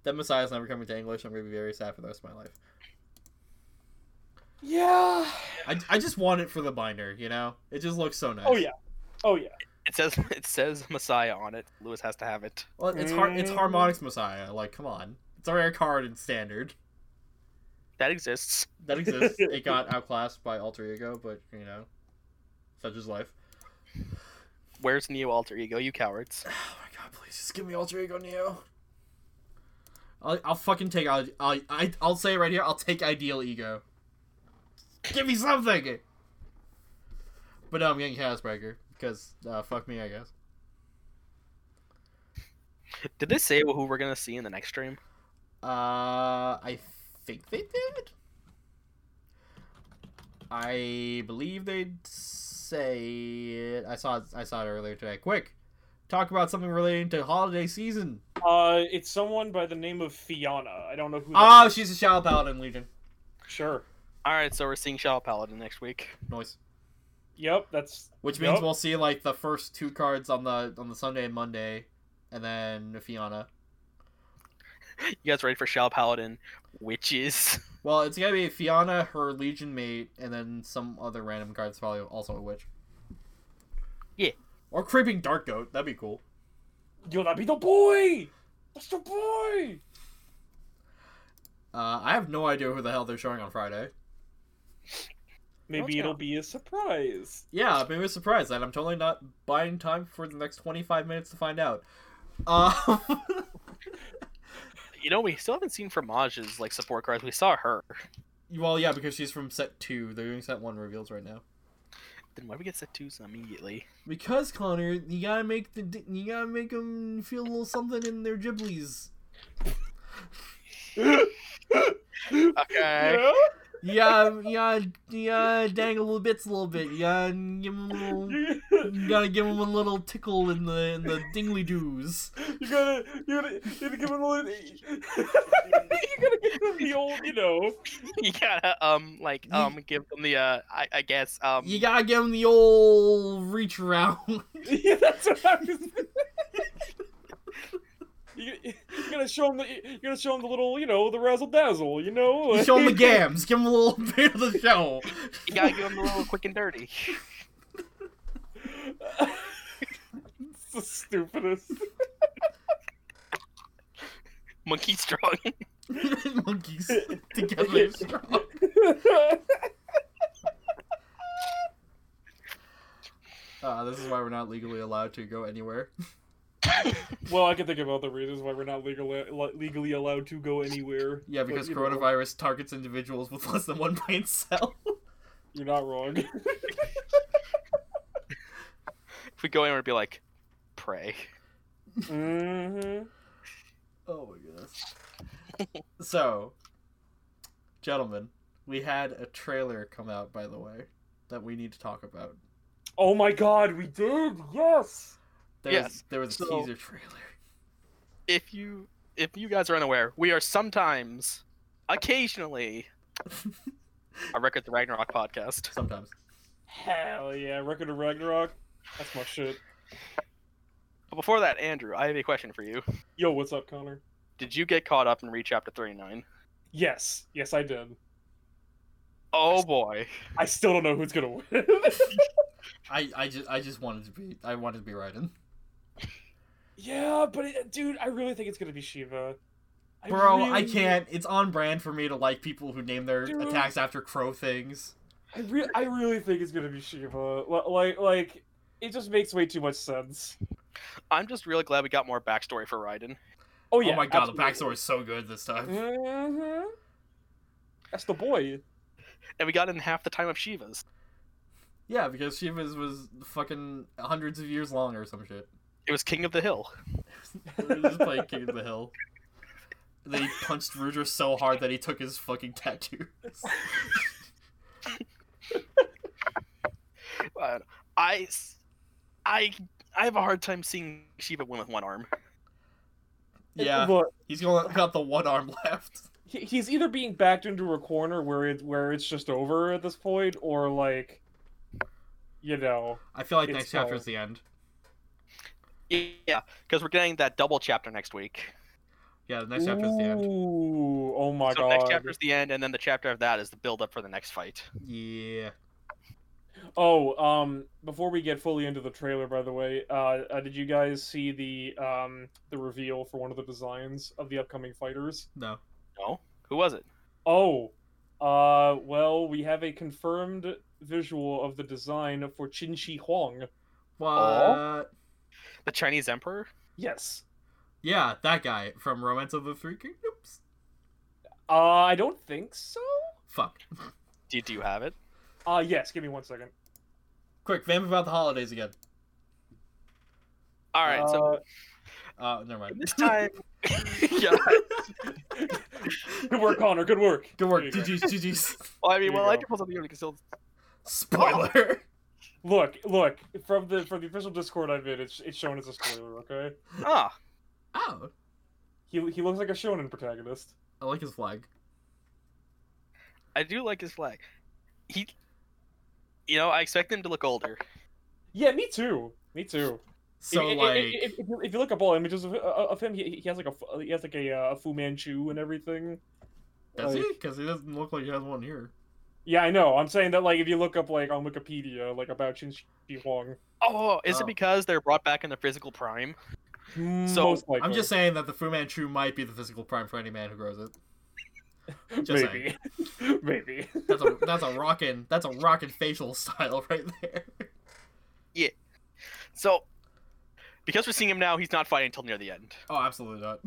Speaker 3: That Messiah's never coming to English. I'm gonna be very sad for the rest of my life.
Speaker 2: Yeah.
Speaker 3: I, I just want it for the binder, you know? It just looks so nice.
Speaker 2: Oh yeah. Oh yeah.
Speaker 1: It says it says Messiah on it. Lewis has to have it.
Speaker 3: Well, it's har-
Speaker 2: Mm.
Speaker 3: it's Harmonix Messiah. Like, come on. It's a rare card in standard.
Speaker 1: That exists.
Speaker 3: That exists. it got outclassed by Alter Ego, but, you know, such is life.
Speaker 1: Where's Neo Alter Ego, you cowards?
Speaker 3: Oh my god, please just give me Alter Ego Neo. I'll, I'll fucking take. I'll, I'll, I- I'll say it right here. I'll take ideal ego. Give me something. But no, I'm getting Casbreaker because uh, fuck me, I guess.
Speaker 1: Did they say who we're gonna see in the next stream?
Speaker 3: Uh, I think they did. I believe they'd say it. I saw. It, I saw it earlier today. Quick, talk about something relating to holiday season.
Speaker 2: Uh, it's someone by the name of Fiana. I don't know who. that-
Speaker 3: Oh, she's a shallow paladin legion.
Speaker 2: sure.
Speaker 1: All right, so we're seeing Shadow Paladin next week.
Speaker 3: Noise.
Speaker 2: Yep, that's
Speaker 3: Which means
Speaker 2: Yep.
Speaker 3: we'll see like the first two cards on the on the Sunday and Monday, and then Fiona.
Speaker 1: You guys ready for Shadow Paladin? Witches.
Speaker 3: Well, it's gonna be Fiona, her Legion mate, and then some other random cards probably also a witch.
Speaker 1: Yeah.
Speaker 3: Or creeping dark goat. That'd be cool.
Speaker 2: yo, that be the boy. That's the boy.
Speaker 3: Uh, I have no idea who the hell they're showing on Friday.
Speaker 2: Maybe
Speaker 1: yeah.
Speaker 2: it'll be a surprise.
Speaker 3: Yeah, maybe a surprise that I'm totally not buying time for the next 25 minutes to find out. Uh,
Speaker 1: You know, we still haven't seen Frommage's like support cards. We saw her.
Speaker 3: well, yeah, because she's from set two. They're doing set one reveals right now.
Speaker 1: Then why do we get set twos immediately?
Speaker 3: Because Connor, you gotta make the di- you gotta make them feel a little something in their giblies.
Speaker 1: Okay.
Speaker 2: Yeah?
Speaker 3: You gotta, you gotta, you gotta dangle little bits a little bit. You gotta give them a little, you gotta give 'em a little tickle in the in the dingly doos.
Speaker 2: You gotta, you gotta, you gotta give him a little. you gotta give him the old, you know.
Speaker 1: you gotta um like
Speaker 3: You-
Speaker 1: um give them the uh I, I guess um
Speaker 3: You gotta give them the old reach around.
Speaker 2: Yeah, that's what I was. you, you gotta show him the, you gotta show him the little, you know, the razzle dazzle, you know.
Speaker 3: You show them the gams. Give them a little bit of the show.
Speaker 1: you gotta give them a little quick and dirty.
Speaker 2: it's the stupidest.
Speaker 1: Monkey strong.
Speaker 3: Monkeys together. strong. Uh, this is why we're not legally allowed to go anywhere.
Speaker 2: well, I can think of other reasons why we're not legal, legally allowed to go anywhere.
Speaker 3: Yeah,
Speaker 2: but,
Speaker 3: because
Speaker 2: you know,
Speaker 3: coronavirus targets individuals with less than one brain cell.
Speaker 2: You're not wrong.
Speaker 1: If we go in, it'd be like, pray.
Speaker 2: mm-hmm.
Speaker 3: Oh my goodness. so, gentlemen, we had a trailer come out, by the way, that we need to talk about.
Speaker 2: Oh my god, we did! Yes!
Speaker 3: There was,
Speaker 1: Yes,
Speaker 3: there was a
Speaker 1: so-
Speaker 3: teaser trailer.
Speaker 1: If you if you guys are unaware, we are sometimes, occasionally, a record the Ragnarok podcast.
Speaker 3: Sometimes.
Speaker 2: Hell yeah, Record of Ragnarok. That's my shit.
Speaker 1: But before that, Andrew, I have a question for you.
Speaker 2: Yo, what's up, Connor?
Speaker 1: Did you get caught up and read chapter thirty nine?
Speaker 2: Yes, yes, I did.
Speaker 1: Oh boy.
Speaker 2: I still don't know who's gonna win.
Speaker 3: I, I just I just wanted to be I wanted to be Raiden.
Speaker 2: yeah, but it, dude, I really think it's gonna be Shiva.
Speaker 3: Bro, I
Speaker 2: really-
Speaker 3: can't. It's on brand for me to like people who name their
Speaker 2: Dude. Oh,
Speaker 3: attacks after crow things.
Speaker 2: I, re- I really think it's gonna be Shiva. Li- Like, like, it just makes way too much sense.
Speaker 1: I'm just really glad we got more backstory for Raiden.
Speaker 2: Oh
Speaker 3: Oh,
Speaker 2: yeah.
Speaker 3: my god, the backstory is so good this time.
Speaker 2: hmm That's the boy.
Speaker 1: And we got in half the time of Shiva's.
Speaker 3: Yeah, because Shiva's was fucking hundreds of years long or some shit.
Speaker 1: It was King of the Hill.
Speaker 3: They were just playing King of the Hill. They punched Rudra so hard that he took his fucking tattoos.
Speaker 1: Uh, I, s- I, I have a hard time seeing Shiva win with one arm.
Speaker 3: Yeah,
Speaker 2: Look,
Speaker 3: he's going got the one arm left.
Speaker 2: he- he's either being backed into a corner where it where it's just over at this point, or like, you know.
Speaker 3: I feel like
Speaker 2: It's
Speaker 3: next chapter
Speaker 2: all-
Speaker 3: is the end.
Speaker 1: Yeah, because we're getting that double chapter next week.
Speaker 3: Yeah, the next chapter is the end.
Speaker 2: Ooh, oh my
Speaker 1: so
Speaker 2: god.
Speaker 1: next chapter is the end, and then the chapter of that is the build up for the next fight.
Speaker 3: Yeah.
Speaker 2: Oh, um, before we get fully into the trailer, by the way, uh, uh did you guys see the um the reveal for one of the designs of the upcoming fighters?
Speaker 3: No.
Speaker 1: No, who was it?
Speaker 2: Oh, uh, well, we have a confirmed visual of the design for Qin Shi Huang.
Speaker 3: What?
Speaker 1: Aw. The Chinese Emperor.
Speaker 2: Yes.
Speaker 3: Yeah, that guy from Romance of the Three Kingdoms.
Speaker 2: Uh, I don't think so.
Speaker 3: Fuck.
Speaker 1: Do, do you have it?
Speaker 2: Uh, yes. Give me one second.
Speaker 3: Quick, vamp about the holidays again.
Speaker 1: All right. so
Speaker 3: Uh, never mind.
Speaker 1: this time, yeah.
Speaker 2: Uh, good work, Connor. Good work.
Speaker 3: Good work.
Speaker 2: There you
Speaker 3: GG's, GG's.
Speaker 1: Well, I
Speaker 2: Here you
Speaker 1: mean, well, I
Speaker 2: go.
Speaker 1: can pull something up. You can still.
Speaker 3: Spoiler.
Speaker 2: Look, look from the from the official Discord I've in, it's it's shown as a spoiler. Okay.
Speaker 1: Ah,
Speaker 3: Ow.
Speaker 2: He he looks like a shonen protagonist.
Speaker 3: Oh, I like his flag.
Speaker 1: I do like his flag. He, you know, I expect him to look older.
Speaker 2: Yeah, me too. Me too.
Speaker 3: So
Speaker 2: if, if-
Speaker 3: like,
Speaker 2: if, if you- if you look up all images of, uh, of him, he, he has like a fu- he has like a, uh, Fu Manchu and everything.
Speaker 3: does he?
Speaker 2: like-
Speaker 3: Because he doesn't look like he has one here.
Speaker 2: Yeah, I know. I'm saying that like if you look up like on Wikipedia like about Qin Shi Huang,
Speaker 1: Oh, is
Speaker 3: Oh.
Speaker 1: it because they're brought back in the physical prime? So,
Speaker 2: most likely.
Speaker 3: I'm just saying that the Fu Manchu might be the physical prime for any man who grows it. just
Speaker 2: maybe, maybe.
Speaker 3: That's a that's a rockin' that's a rockin' facial style right there.
Speaker 1: So, because we're seeing him now, he's not fighting until near the end,
Speaker 3: Oh, absolutely not.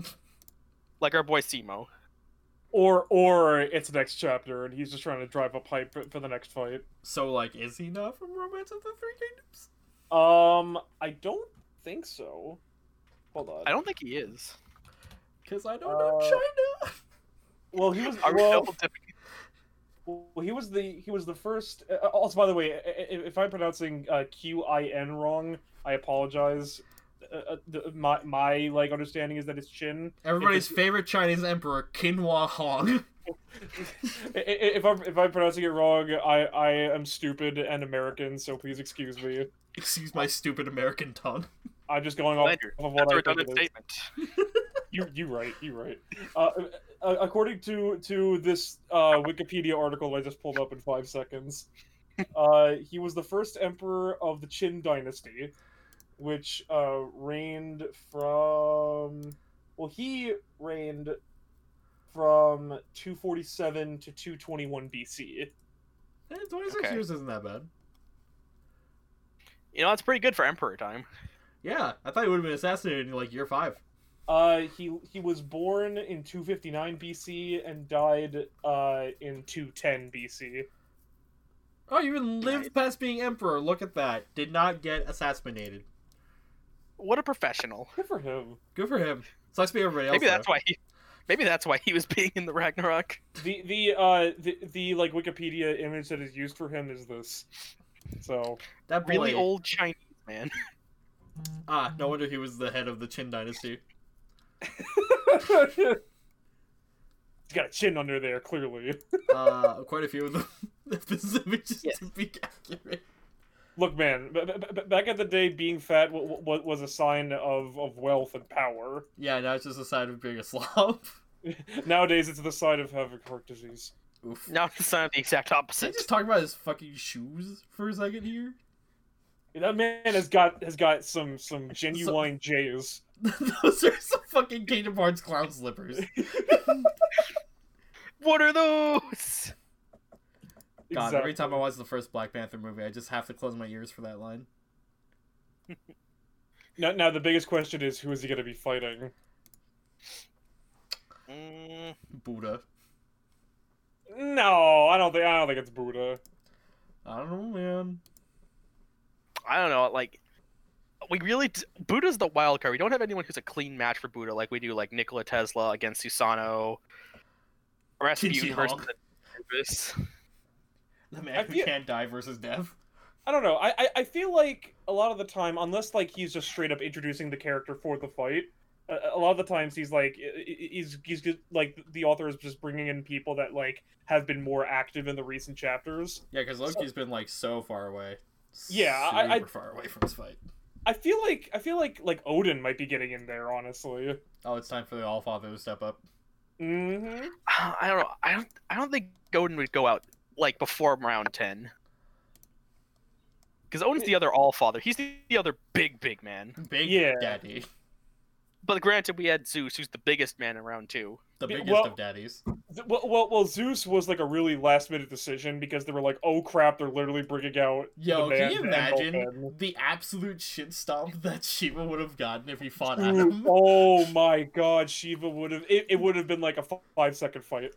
Speaker 1: like our boy Simo.
Speaker 2: Or or it's next chapter and he's just trying to drive up hype for, for the next fight.
Speaker 3: So like, is he not from Romance of the Three Kingdoms?
Speaker 2: Um, I don't think so. Hold on.
Speaker 1: I don't think he is.
Speaker 3: Because I don't know
Speaker 2: Uh,
Speaker 3: China.
Speaker 2: Well, he was
Speaker 1: Are we
Speaker 2: well,
Speaker 1: double dipping?
Speaker 2: well, he was the he was the first. Uh, also, by the way, i- i- if I'm pronouncing uh, Q I N wrong, I apologize. Uh, uh, the, my my like understanding is that it's Chin.
Speaker 3: Everybody's
Speaker 2: if it-
Speaker 3: favorite Chinese emperor, Qinhua Hong.
Speaker 2: I- i- if I'm if I'm pronouncing it wrong, I I am stupid and American, so please excuse me.
Speaker 3: Excuse my stupid American tongue.
Speaker 2: I'm just going off
Speaker 1: Slander.
Speaker 2: of what
Speaker 1: That's a
Speaker 2: I think
Speaker 1: redundant
Speaker 2: it is.
Speaker 1: statement.
Speaker 2: You you right you right. Uh, uh, according to to this uh, Wikipedia article I just pulled up in five seconds, uh, he was the first emperor of the Qin dynasty, which uh, reigned from well he reigned from 247 to 221 BC.
Speaker 3: Eh, 26
Speaker 1: Okay.
Speaker 3: years isn't that bad.
Speaker 1: You know, that's pretty good for Emperor time.
Speaker 3: Yeah, I thought he would have been assassinated in like year five.
Speaker 2: Uh, he he was born in 259 BC and died uh, in 210 BC.
Speaker 3: Oh, you even lived past being emperor. Look at that. Did not get assassinated.
Speaker 1: What a professional.
Speaker 2: Good for him.
Speaker 3: Good for him. Sucks to be everybody else.
Speaker 1: Maybe that's
Speaker 3: though.
Speaker 1: why he. Maybe that's why he was being in the Ragnarok.
Speaker 2: The the uh the, the like Wikipedia image that is used for him is this. So
Speaker 3: that boy.
Speaker 1: Really old Chinese man.
Speaker 3: Ah, no wonder he was the head of the Qin dynasty.
Speaker 2: he's got a chin under there, clearly.
Speaker 3: Uh, quite a few of them. if this image is
Speaker 1: Yes.
Speaker 3: to be accurate.
Speaker 2: Look, man, b- b- b- back at the day, being fat w- w- was a sign of of wealth and power.
Speaker 3: Yeah, now it's just a sign of being a slob.
Speaker 2: Nowadays, it's the sign of having heart disease.
Speaker 3: Oof.
Speaker 1: Now it's not the exact
Speaker 3: Can I
Speaker 1: opposite.
Speaker 3: just talk about his fucking shoes for a second here?
Speaker 2: That man has got has got some some genuine J's.
Speaker 3: Those are some fucking Kingdom Hearts clown slippers.
Speaker 1: What are those?
Speaker 3: God, every time I
Speaker 2: Exactly.
Speaker 3: watch the first Black Panther movie, I just have to close my ears for that line.
Speaker 2: Now, now the biggest question is, who is he going to be fighting?
Speaker 1: Mm,
Speaker 3: Buddha.
Speaker 2: No, I don't think I don't think it's Buddha.
Speaker 3: I don't know, man.
Speaker 1: I don't know. Like, we really d- Buddha's the wild card. We don't have anyone who's a clean match for Buddha like we do, like Nikola Tesla against Susano, Rasputin
Speaker 3: Kinsey
Speaker 1: versus
Speaker 3: Hawk.
Speaker 1: the Tempest.
Speaker 3: The man
Speaker 2: I
Speaker 3: who
Speaker 2: feel-
Speaker 3: can't die versus death.
Speaker 2: I don't know. I, I I feel like a lot of the time, unless like he's just straight up introducing the character for the fight, a, a lot of the times he's like i- i- he's he's just, like the author is just bringing in people that like have been more active in the recent chapters.
Speaker 3: Yeah, because Loki's been like so far away.
Speaker 2: Yeah, I- I-
Speaker 3: super far away from his fight.
Speaker 2: I feel like I feel like like Odin might be getting in there. Honestly,
Speaker 3: Oh, it's time for the All Father to step up.
Speaker 2: hmm
Speaker 1: I don't know. I don't. I don't think Odin would go out like before round ten. Because Odin's the other All Father. He's the, the other big, big man.
Speaker 3: Big
Speaker 2: Yeah.
Speaker 3: Daddy,
Speaker 1: But granted, we had Zeus, who's the biggest man in round two.
Speaker 3: the
Speaker 2: Yeah,
Speaker 3: biggest
Speaker 2: well-
Speaker 3: of daddies.
Speaker 2: Th- Well, well, well, Zeus was like a really last minute decision because they were like, "Oh crap, they're literally bringing out."
Speaker 3: Yo,
Speaker 2: the
Speaker 3: can
Speaker 2: man
Speaker 3: you
Speaker 2: to end all
Speaker 3: imagine
Speaker 2: men."
Speaker 3: the absolute shit stomp that Shiva would have gotten if he fought
Speaker 2: Dude,
Speaker 3: Adam?
Speaker 2: oh my God, Shiva would have. It, it would have been like a five second fight.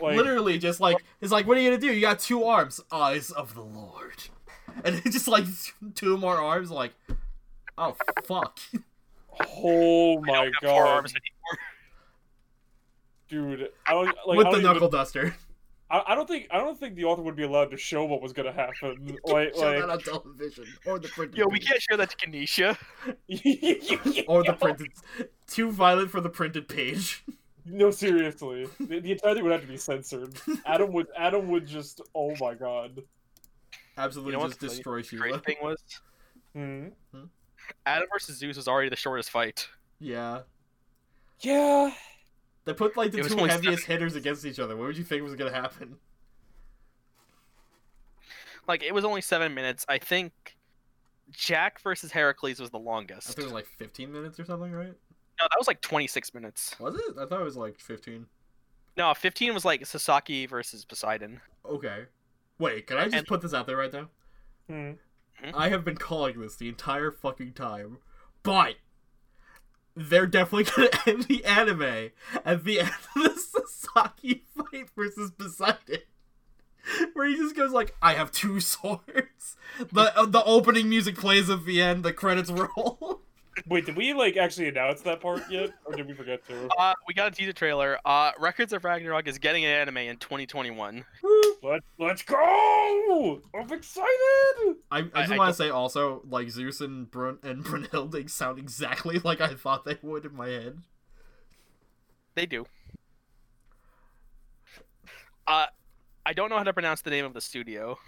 Speaker 2: Like,
Speaker 3: Literally, just like it's like, what are you gonna do? You got two arms, eyes of the Lord, and it's just like two more arms, like, oh fuck,
Speaker 2: oh
Speaker 1: I
Speaker 2: my
Speaker 1: don't have
Speaker 2: God,
Speaker 1: forearms anymore.
Speaker 2: dude! I don't like. I
Speaker 3: with
Speaker 2: don't
Speaker 3: the
Speaker 2: even-
Speaker 3: knuckle duster.
Speaker 2: I, I don't think. I don't think the author would be allowed to show what was gonna happen. Like,
Speaker 3: Show that
Speaker 2: like.
Speaker 3: on television or the printed.
Speaker 1: Yo, we
Speaker 3: page.
Speaker 1: can't share that to Kanisha.
Speaker 3: Or the printed. Too violent for the printed page.
Speaker 2: No, seriously, the, the entire thing would have to be censored. Adam would. Adam would just. Oh my God.
Speaker 3: Absolutely
Speaker 1: You know
Speaker 3: just
Speaker 1: what's
Speaker 3: destroy Shiva.
Speaker 1: Great thing was
Speaker 2: Hmm.
Speaker 1: Adam versus Zeus was already the shortest fight.
Speaker 3: Yeah.
Speaker 2: Yeah.
Speaker 3: They put like
Speaker 1: It
Speaker 3: the
Speaker 1: was
Speaker 3: two
Speaker 1: only
Speaker 3: heaviest hitters against each other. What would you think was gonna happen?
Speaker 1: Like it was only seven minutes. I think Jack versus Heracles was the
Speaker 3: I
Speaker 1: longest.
Speaker 3: think it was like 15 minutes or something, right?
Speaker 1: No, that was like 26 minutes.
Speaker 3: Was it? I thought it was like 15.
Speaker 1: No, 15 was like Sasaki versus Poseidon.
Speaker 3: Okay. Wait, can I just
Speaker 1: And-
Speaker 3: put this out there right now?
Speaker 2: Hmm.
Speaker 3: I have been calling this the entire fucking time, but they're definitely gonna end the anime at the end of the Sasaki fight versus Poseidon, where he just goes like, "I have two swords." The uh, the opening music plays at the end, the credits roll.
Speaker 2: Wait, did we like actually announce that part yet, or did we forget to?
Speaker 1: Uh, we got a teaser trailer. Uh, Records of Ragnarok is getting an anime in 2021.
Speaker 2: Let's let's go! I'm excited.
Speaker 3: I, I
Speaker 1: I-
Speaker 3: just
Speaker 1: I
Speaker 3: want to say also, like Zeus and Brun and Brunhilde sound exactly like I thought they would in my head.
Speaker 1: They do. Uh, I don't know how to pronounce the name of the studio.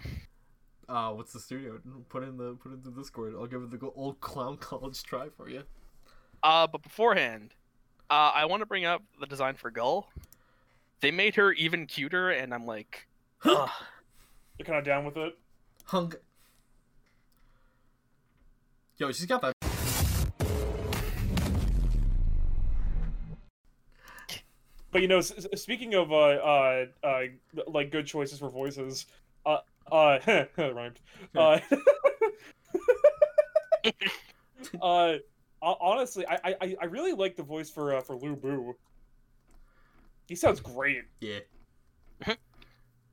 Speaker 3: Uh, what's the studio? Put in the put in the Discord. I'll give it the go- old clown college try for you.
Speaker 1: Uh, but beforehand, uh, I want to bring up the design for Gull. They made her even cuter, and I'm like, ugh.
Speaker 2: You're kind of down with it.
Speaker 3: Hung. Yo, she's got that.
Speaker 2: But you know, s- s- speaking of uh, uh, uh, like good choices for voices, uh, uh, that rhymed. Uh, uh, ho- honestly, I, I- I, I really like the voice for uh, for Lou Boo. He sounds great.
Speaker 3: Yeah.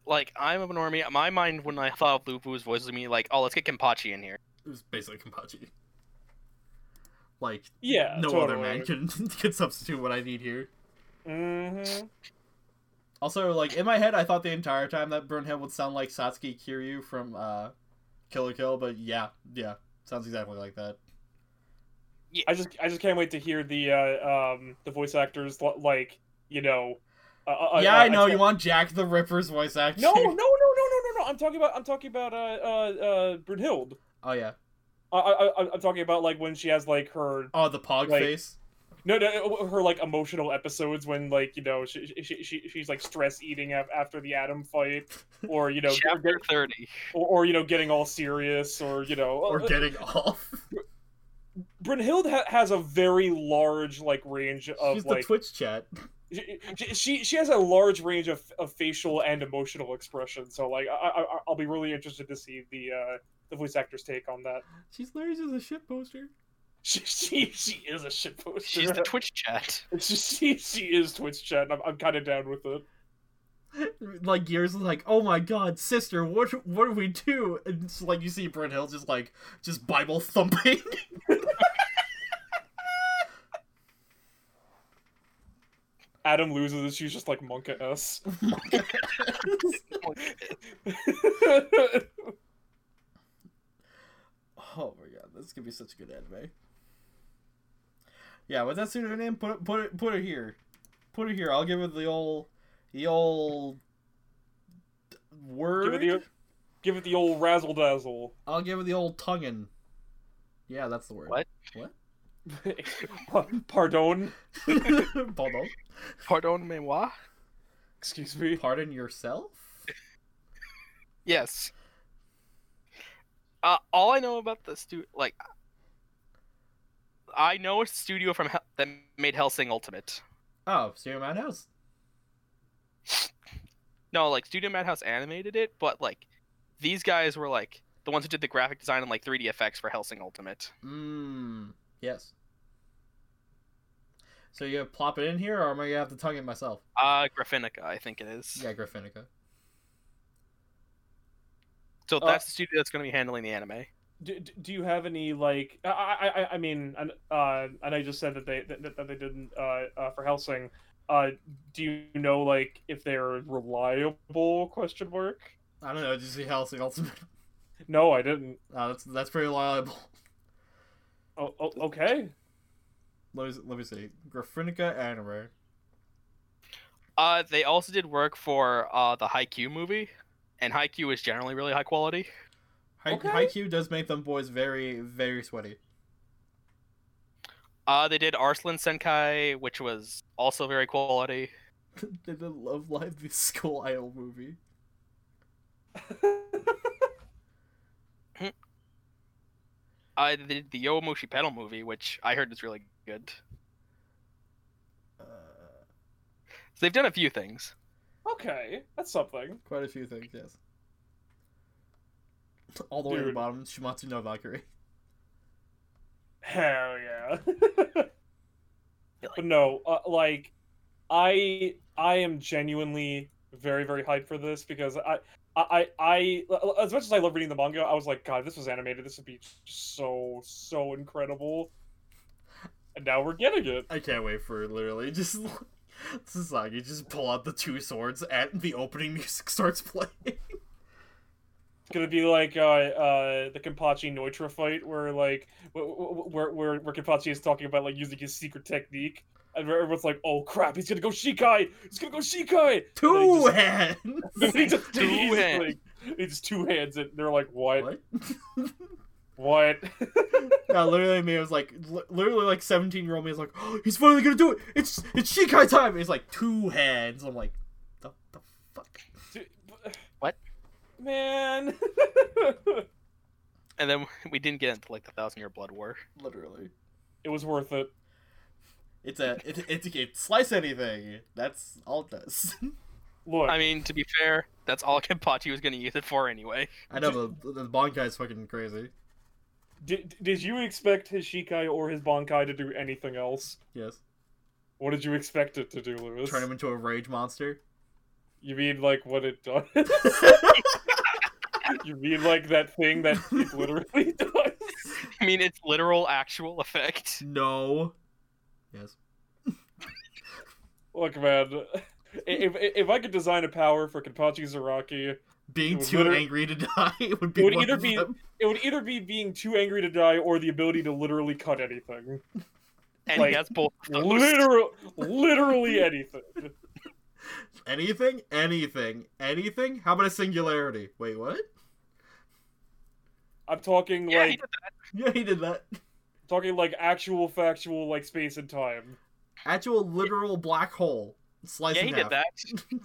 Speaker 1: like I'm a normie. My mind when I thought of Lupu's voice was me like, oh, let's get Kenpachi in here.
Speaker 3: It was basically Kenpachi. Like,
Speaker 2: Yeah,
Speaker 3: no other man can, can substitute what I need here.
Speaker 2: Mm-hmm.
Speaker 3: Also, like, in my head, I thought the entire time that Brunhild would sound like Satsuki Kiryu from uh, Kill la Kill, but yeah, yeah. Sounds exactly like that.
Speaker 2: I just I just can't wait to hear the uh, um the voice actors li- like you know. Uh, uh,
Speaker 3: yeah,
Speaker 2: uh,
Speaker 3: I know. you
Speaker 2: can't-
Speaker 3: want Jack the Ripper's voice actor?
Speaker 2: No, no, no, no, no, no, no! I'm talking about I'm talking about uh uh uh Brunhild.
Speaker 3: Oh, yeah.
Speaker 2: I, I I- I'm talking about like when she has like her
Speaker 3: Oh, the Pog
Speaker 2: Like-
Speaker 3: face?
Speaker 2: no no her like emotional episodes when like you know she she, she she's like stress eating af- after the Atom fight or you know get-
Speaker 1: Chapter thirty.
Speaker 2: or, or you know getting all serious or you know
Speaker 3: Or
Speaker 2: uh,
Speaker 3: getting off?
Speaker 2: Brunhild ha- has a very large like range of
Speaker 3: She's the
Speaker 2: like
Speaker 3: Twitch chat.
Speaker 2: she, she she has a large range of, of facial and emotional expression. So like I, I I'll be really interested to see the uh, the voice actor's take on that.
Speaker 3: She's literally just a shit poster.
Speaker 2: She she, she is a shit poster.
Speaker 1: She's the Twitch chat.
Speaker 2: she, she she is Twitch chat. And I'm I'm kind of down with it.
Speaker 3: like years of like oh my god sister what what do we do and it's like you see Brent Hill just like just bible thumping
Speaker 2: Adam loses. and She's just like Monka S.
Speaker 3: oh my god this could be such a good anime yeah with that pseudo name put it put it put it here put it here I'll give it the old the old
Speaker 2: give
Speaker 3: word
Speaker 2: it the give it the old razzle dazzle.
Speaker 3: I'll give it the old tonguing yeah that's the word
Speaker 1: What?
Speaker 2: Pardon.
Speaker 3: pardon
Speaker 1: Pardon me, moi?
Speaker 2: Excuse me.
Speaker 3: pardon yourself
Speaker 1: Yes. Uh, all I know about the stu like, I know a studio from Hel- that made Hellsing Ultimate.
Speaker 3: oh Studio Madhouse
Speaker 1: No, like Studio Madhouse animated it, but like these guys were like the ones who did the graphic design and like 3D effects for Helsing Ultimate.
Speaker 3: Mmm. Yes. So you gonna plop it in here, or am I gonna have to tongue it myself?
Speaker 1: Uh, Graphinica, I think it is.
Speaker 3: Yeah, Graphinica.
Speaker 1: So
Speaker 2: Uh,
Speaker 1: that's the studio that's going to be handling the anime.
Speaker 2: Do, do- do you have any like I I, I- I mean and uh and I just said that they that, that they didn't uh, uh for Helsing uh do you know like if they're reliable question mark
Speaker 3: I don't know. Did you see Helsing Ultimate?
Speaker 2: no I didn't
Speaker 3: Uh, that's that's pretty reliable.
Speaker 2: oh, oh okay
Speaker 3: Let me let me see. Graphinica anime.
Speaker 1: Uh, they also did work for uh the Haikyuu movie, and Haikyuu is generally really high quality.
Speaker 3: Hai-
Speaker 2: Okay.
Speaker 3: Haikyuu does make them boys very very sweaty.
Speaker 1: Uh, they did Arslan Senkai, which was also very quality.
Speaker 3: they did Love Live the School Idol movie.
Speaker 1: Uh, they did the Yomushi Pedal movie, which I heard is really good.
Speaker 3: Uh,
Speaker 1: So they've done a few things.
Speaker 2: okay that's something
Speaker 3: quite a few things, yes. All the way to the
Speaker 2: Dude.
Speaker 3: bottom, Shimatsu no Valkyrie.
Speaker 2: Hell yeah. but no, uh, like I I am genuinely very very hyped for this because I I I I- as much as I love reading the manga, I was like, God, this was animated. This would be so so incredible. And now we're getting it.
Speaker 3: I can't wait for literally just Sasagi just pull out the two swords and the opening music starts playing.
Speaker 2: It's gonna be like uh, uh, the Kenpachi Noitra fight, where like wh- wh- where where where Kenpachi is talking about like using his secret technique, and everyone's like, "Oh crap, he's gonna go Shikai! He's gonna go Shikai!"
Speaker 3: Two hands.
Speaker 2: he just
Speaker 1: Two
Speaker 2: two he's
Speaker 1: hands.
Speaker 2: hands. Like, he just two hands it. They're like, what? What?
Speaker 3: What?
Speaker 2: what?
Speaker 3: Yeah, literally, me was like, li- literally, like seventeen year old me was like, oh, he's finally gonna do it. It's it's Shikai time. He's like two hands. I'm like, the, the fuck.
Speaker 1: What?
Speaker 2: Man.
Speaker 1: And then we didn't get into like the Thousand Year Blood War.
Speaker 3: Literally,
Speaker 2: it was worth it.
Speaker 3: it's a it it, it, can slice anything. That's all it does.
Speaker 2: Look,
Speaker 1: I mean, to be fair, that's all Kenpachi was going to use it for anyway.
Speaker 3: I know the the bond guy's fucking crazy.
Speaker 2: did, did you expect his Shikai or his Bankai to do anything else?
Speaker 3: Yes,
Speaker 2: What did you expect it to do, Lewis?
Speaker 3: turn him into a rage monster.
Speaker 2: You mean like what it does? you mean like that thing that it literally does?
Speaker 1: I mean, it's literal actual effect.
Speaker 3: no. Yes.
Speaker 2: Look, man. If, if, if I could design a power for Kenpachi Zaraki,
Speaker 3: Being
Speaker 2: It would
Speaker 3: too
Speaker 2: liter-
Speaker 3: angry to die would be
Speaker 2: It would
Speaker 3: one
Speaker 2: either
Speaker 3: of
Speaker 2: be-
Speaker 3: them.
Speaker 2: it would either be being too angry to die or the ability to literally cut anything.
Speaker 1: And
Speaker 2: Like,
Speaker 1: he has both. of those.
Speaker 2: Literal, literally anything.
Speaker 3: anything, anything, anything. How about a singularity? Wait, what?
Speaker 2: I'm talking
Speaker 1: Yeah, he
Speaker 2: like
Speaker 1: did that.
Speaker 3: Yeah, he did that.
Speaker 2: talking like actual factual like space and time.
Speaker 3: Actual literal black hole. Slice
Speaker 1: Yeah,
Speaker 3: in
Speaker 1: he did
Speaker 3: half.
Speaker 1: that.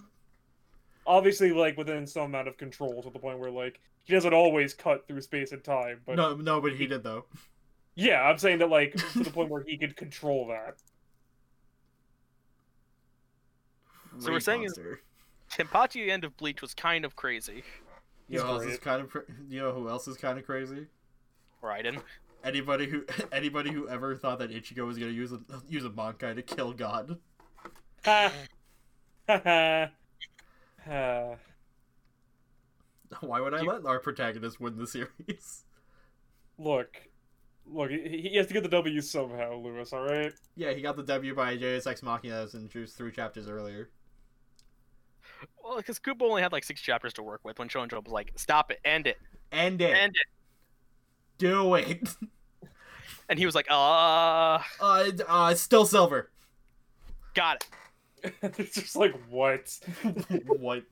Speaker 2: Obviously, like within some amount of control to the point where like he doesn't always cut through space and time. But
Speaker 3: No, no, but he did though.
Speaker 2: yeah, I'm saying that like to the point where he could control that.
Speaker 1: So we're saying- Kenpachi end of Bleach was kind of crazy.
Speaker 3: you
Speaker 2: He's
Speaker 3: know, who else is
Speaker 2: great.
Speaker 3: kind of pr- you know who else is kind of crazy?
Speaker 1: Raiden.
Speaker 3: Anybody who anybody who ever thought that Ichigo was gonna use a use a Bankai to kill God.
Speaker 2: Ha ha ha.
Speaker 3: Why would I
Speaker 1: You-
Speaker 3: let our protagonist win the series?
Speaker 2: Look, look, he he has to get the W somehow, Lewis. All right.
Speaker 3: Yeah, he got the W by Deus Ex Machina as introduced three chapters earlier.
Speaker 1: Well, because Kubo only had like six chapters to work with when Shonen Jump was like, stop it, end it,
Speaker 3: End it.
Speaker 1: end it.
Speaker 3: Do it.
Speaker 1: And he was like, uh,
Speaker 3: Uh, uh, still silver.
Speaker 1: got it.
Speaker 2: it's just like what?
Speaker 3: what?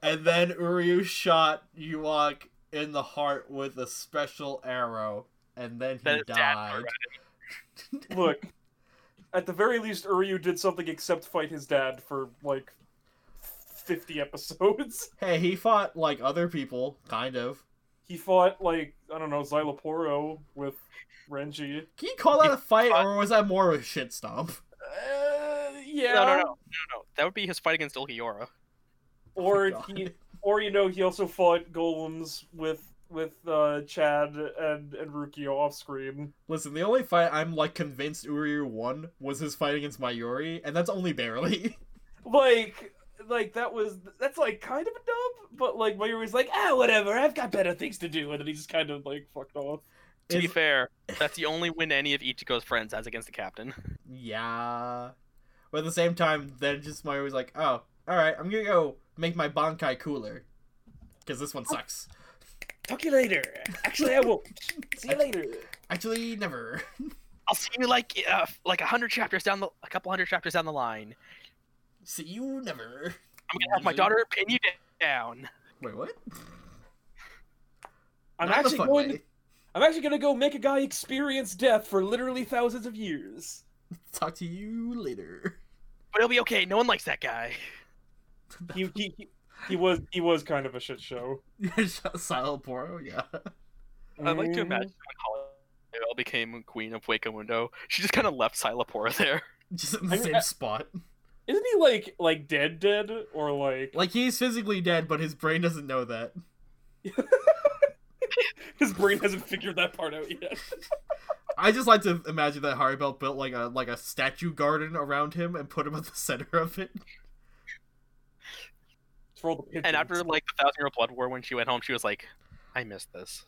Speaker 3: And then Uryu shot Yuak in the heart with a special arrow, and then he
Speaker 1: That is dad
Speaker 3: died.
Speaker 2: Look, at the very least, Uryu did something except fight his dad for like fifty episodes.
Speaker 3: Hey, he fought like other people, kind of.
Speaker 2: He fought like I don't know Xyloporo with Renji.
Speaker 3: Can you call that a fight,
Speaker 1: fought-
Speaker 3: or was that more of a shit stomp?
Speaker 2: Uh, Yeah.
Speaker 1: No, no, no, no, no. That would be his fight against Ulquiorra.
Speaker 2: Or
Speaker 3: God.
Speaker 2: he, or you know, he also fought golems with with uh, Chad and and Rukio off screen.
Speaker 3: Listen, the only fight I'm like convinced Uryu won was his fight against Mayuri, and that's only barely.
Speaker 2: Like, like that was that's like kind of a dub, but like Mayuri's like, ah, whatever, I've got better things to do, and then he just kind of like fucked off.
Speaker 1: To be
Speaker 3: It's-
Speaker 1: fair, that's the only win any of Ichigo's friends has against the captain.
Speaker 3: Yeah. But at the same time, then just Mario was like, oh, alright, I'm gonna go make my Bankai cooler. Because this one sucks.
Speaker 2: Talk to you later. Actually, I won't. See you later.
Speaker 3: Actually, never.
Speaker 1: I'll see you like uh, like a hundred chapters down the, a couple hundred chapters down the line.
Speaker 3: See you never.
Speaker 1: I'm gonna have my daughter pin you down.
Speaker 3: Wait, what?
Speaker 2: I'm
Speaker 3: Not the
Speaker 2: actually
Speaker 3: fun
Speaker 2: going.
Speaker 3: way.
Speaker 2: To, I'm actually gonna go make a guy experience death for literally thousands of years.
Speaker 3: Talk to you later.
Speaker 1: But it'll be okay. No one likes that guy.
Speaker 2: He he he- he was he was kind of a shit show.
Speaker 3: Silent Poro, yeah.
Speaker 1: I'd like to
Speaker 2: Mm.
Speaker 1: imagine when Holiday became queen of Wakamundo, she just kind of left Silapora there.
Speaker 3: Just in the
Speaker 2: I mean,
Speaker 3: same
Speaker 2: I-
Speaker 3: spot.
Speaker 2: Isn't he like like dead dead or like
Speaker 3: Like, he's physically dead, but his brain doesn't know that.
Speaker 2: his brain hasn't figured that part out yet?
Speaker 3: I just like to imagine that Harry Belt built like a like a statue garden around him and put him at the center of it.
Speaker 2: For all the pictures.
Speaker 1: And after like the Thousand Year Blood War, when she went home, she was like, "I miss this."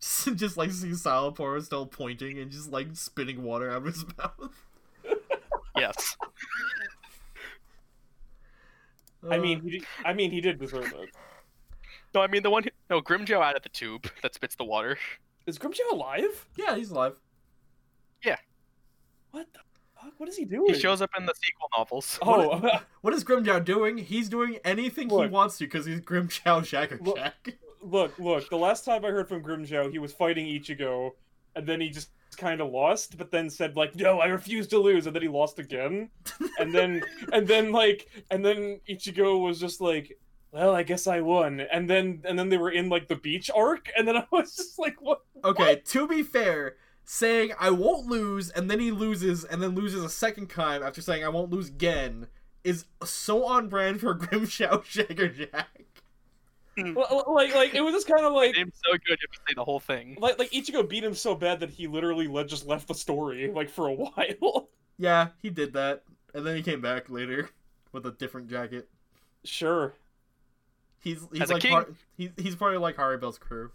Speaker 3: Just, just like see Salaporo still pointing and just like spitting water out of his mouth.
Speaker 1: Yes.
Speaker 2: I
Speaker 3: Uh,
Speaker 2: mean, he did, I mean, he did deserve it.
Speaker 1: no, I mean the one. Who, no, Grimjoe out of the tube that spits the water.
Speaker 2: Is Grimshaw alive?
Speaker 3: yeah, he's alive.
Speaker 2: What the fuck? What is he doing?
Speaker 1: He shows up in the sequel novels.
Speaker 2: Oh,
Speaker 3: What is Grimjow doing? He's doing anything he
Speaker 2: Look.
Speaker 3: wants to because he's Grimjow Shacker
Speaker 2: Look.
Speaker 3: Jack.
Speaker 2: look, look. The last time I heard from Grimshaw, he was fighting Ichigo, and then he just kind of lost, but then said like, "No, I refuse to lose," and then he lost again, and then and then like and then Ichigo was just like. Well, I guess I won, and then and then they were in like the beach arc, and then I was just like, "What?
Speaker 3: Okay, to be fair, saying I won't lose and then he loses and then loses a second time after saying I won't lose again is so on brand for Grimjow Shacker Jack.
Speaker 2: Well, like like it was just kind of like
Speaker 1: It's so good if you say the whole thing.
Speaker 2: like like Ichigo beat him so bad that he literally le- just left the story like for a while.
Speaker 3: Yeah, he did that, and then he came back later with a different jacket.
Speaker 2: sure.
Speaker 3: He's he's
Speaker 1: As a
Speaker 3: like
Speaker 1: king.
Speaker 3: part, he's he's part of like Harry Bell's crew.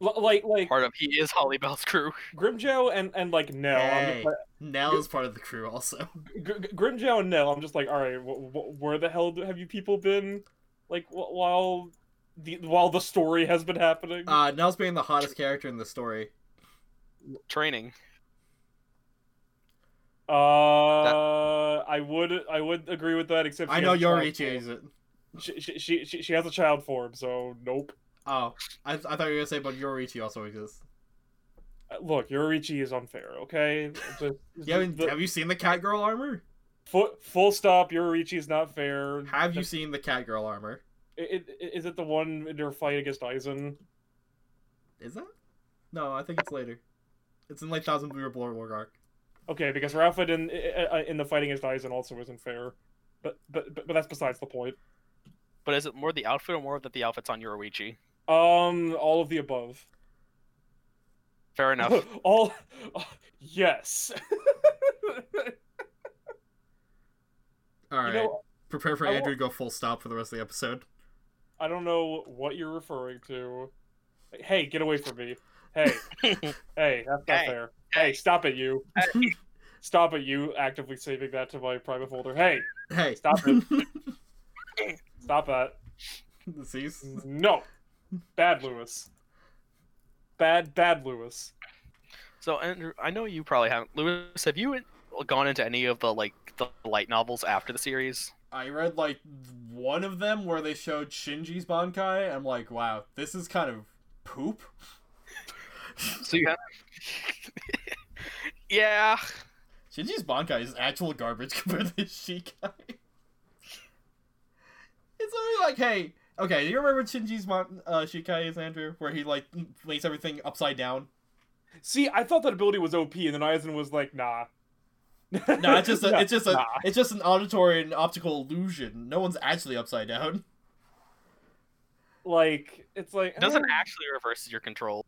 Speaker 2: L- like like
Speaker 1: Part of he is Holly Bell's crew.
Speaker 2: Grimjow and and like Nell.
Speaker 3: Hey.
Speaker 2: I'm just like,
Speaker 3: Nell is part of the crew also.
Speaker 2: Gr- Gr- Grimjow and Nell. I'm just like, all right, wh- wh- where the hell have you people been? Like wh- while the while the story has been happening.
Speaker 3: Uh, Nell's being the hottest character in the story.
Speaker 1: Training.
Speaker 2: Uh, I would I would agree with that, except she
Speaker 3: I know
Speaker 2: has a child
Speaker 3: Yorichi is it.
Speaker 2: form. She, she she she she has a child form, so nope.
Speaker 3: Oh, I, I thought you were gonna say, but Yorichi also exists.
Speaker 2: Uh, Look, Yorichi is unfair. Okay, Just-
Speaker 3: You haven't,
Speaker 2: the-
Speaker 3: have you seen the Cat Girl armor?
Speaker 2: Full, full stop. Yorichi is not fair.
Speaker 3: Have you
Speaker 2: Is
Speaker 3: seen the Cat Girl armor?
Speaker 2: it, is it the one in their fight against Aizen?
Speaker 3: Is that? No, I think it's later. It's in like Thousand Blue Blood War arc.
Speaker 2: Okay, because Rafa in uh, in the fight against Aizen also isn't fair. But but but but that's besides the point.
Speaker 1: But is it more the outfit or more that the outfit's on Yoroichi?
Speaker 2: Um, all of the above.
Speaker 1: Fair enough.
Speaker 2: all, yes.
Speaker 3: All right,
Speaker 2: You know,
Speaker 3: prepare for
Speaker 2: I
Speaker 3: Andrew to go full stop for the rest of the episode.
Speaker 2: I don't know what you're referring to. Hey, get away from me. Hey, hey, that's not
Speaker 1: Hey.
Speaker 2: fair. Hey, stop it, you.
Speaker 1: Hey.
Speaker 2: Stop it, you. Actively saving that to my private folder. Hey,
Speaker 3: Hey,
Speaker 2: stop it. Stop that.
Speaker 3: Cease.
Speaker 2: No. Bad Lewis. Bad, bad Lewis.
Speaker 1: so Andrew, I know you probably haven't. Lewis, have you gone into any of the like the light novels after the series?
Speaker 3: I read like one of them where they showed Shinji's Bankai. I'm like, wow, this is kind of poop.
Speaker 1: So you have. yeah.
Speaker 3: Shinji's Bankai is actual garbage compared to Shikai. It's literally like, hey, okay, do you remember Shinji's Mon- uh, Shikai is Andrew, where he like lays everything upside down?
Speaker 2: See, I thought that ability was OP, and then Aizen was like, nah.
Speaker 3: No, it's just a, it's just a,
Speaker 2: Nah.
Speaker 3: it's just an auditory and optical illusion. No one's actually upside down.
Speaker 2: like it's like
Speaker 1: It doesn't
Speaker 2: eh,
Speaker 1: actually reverse your controls.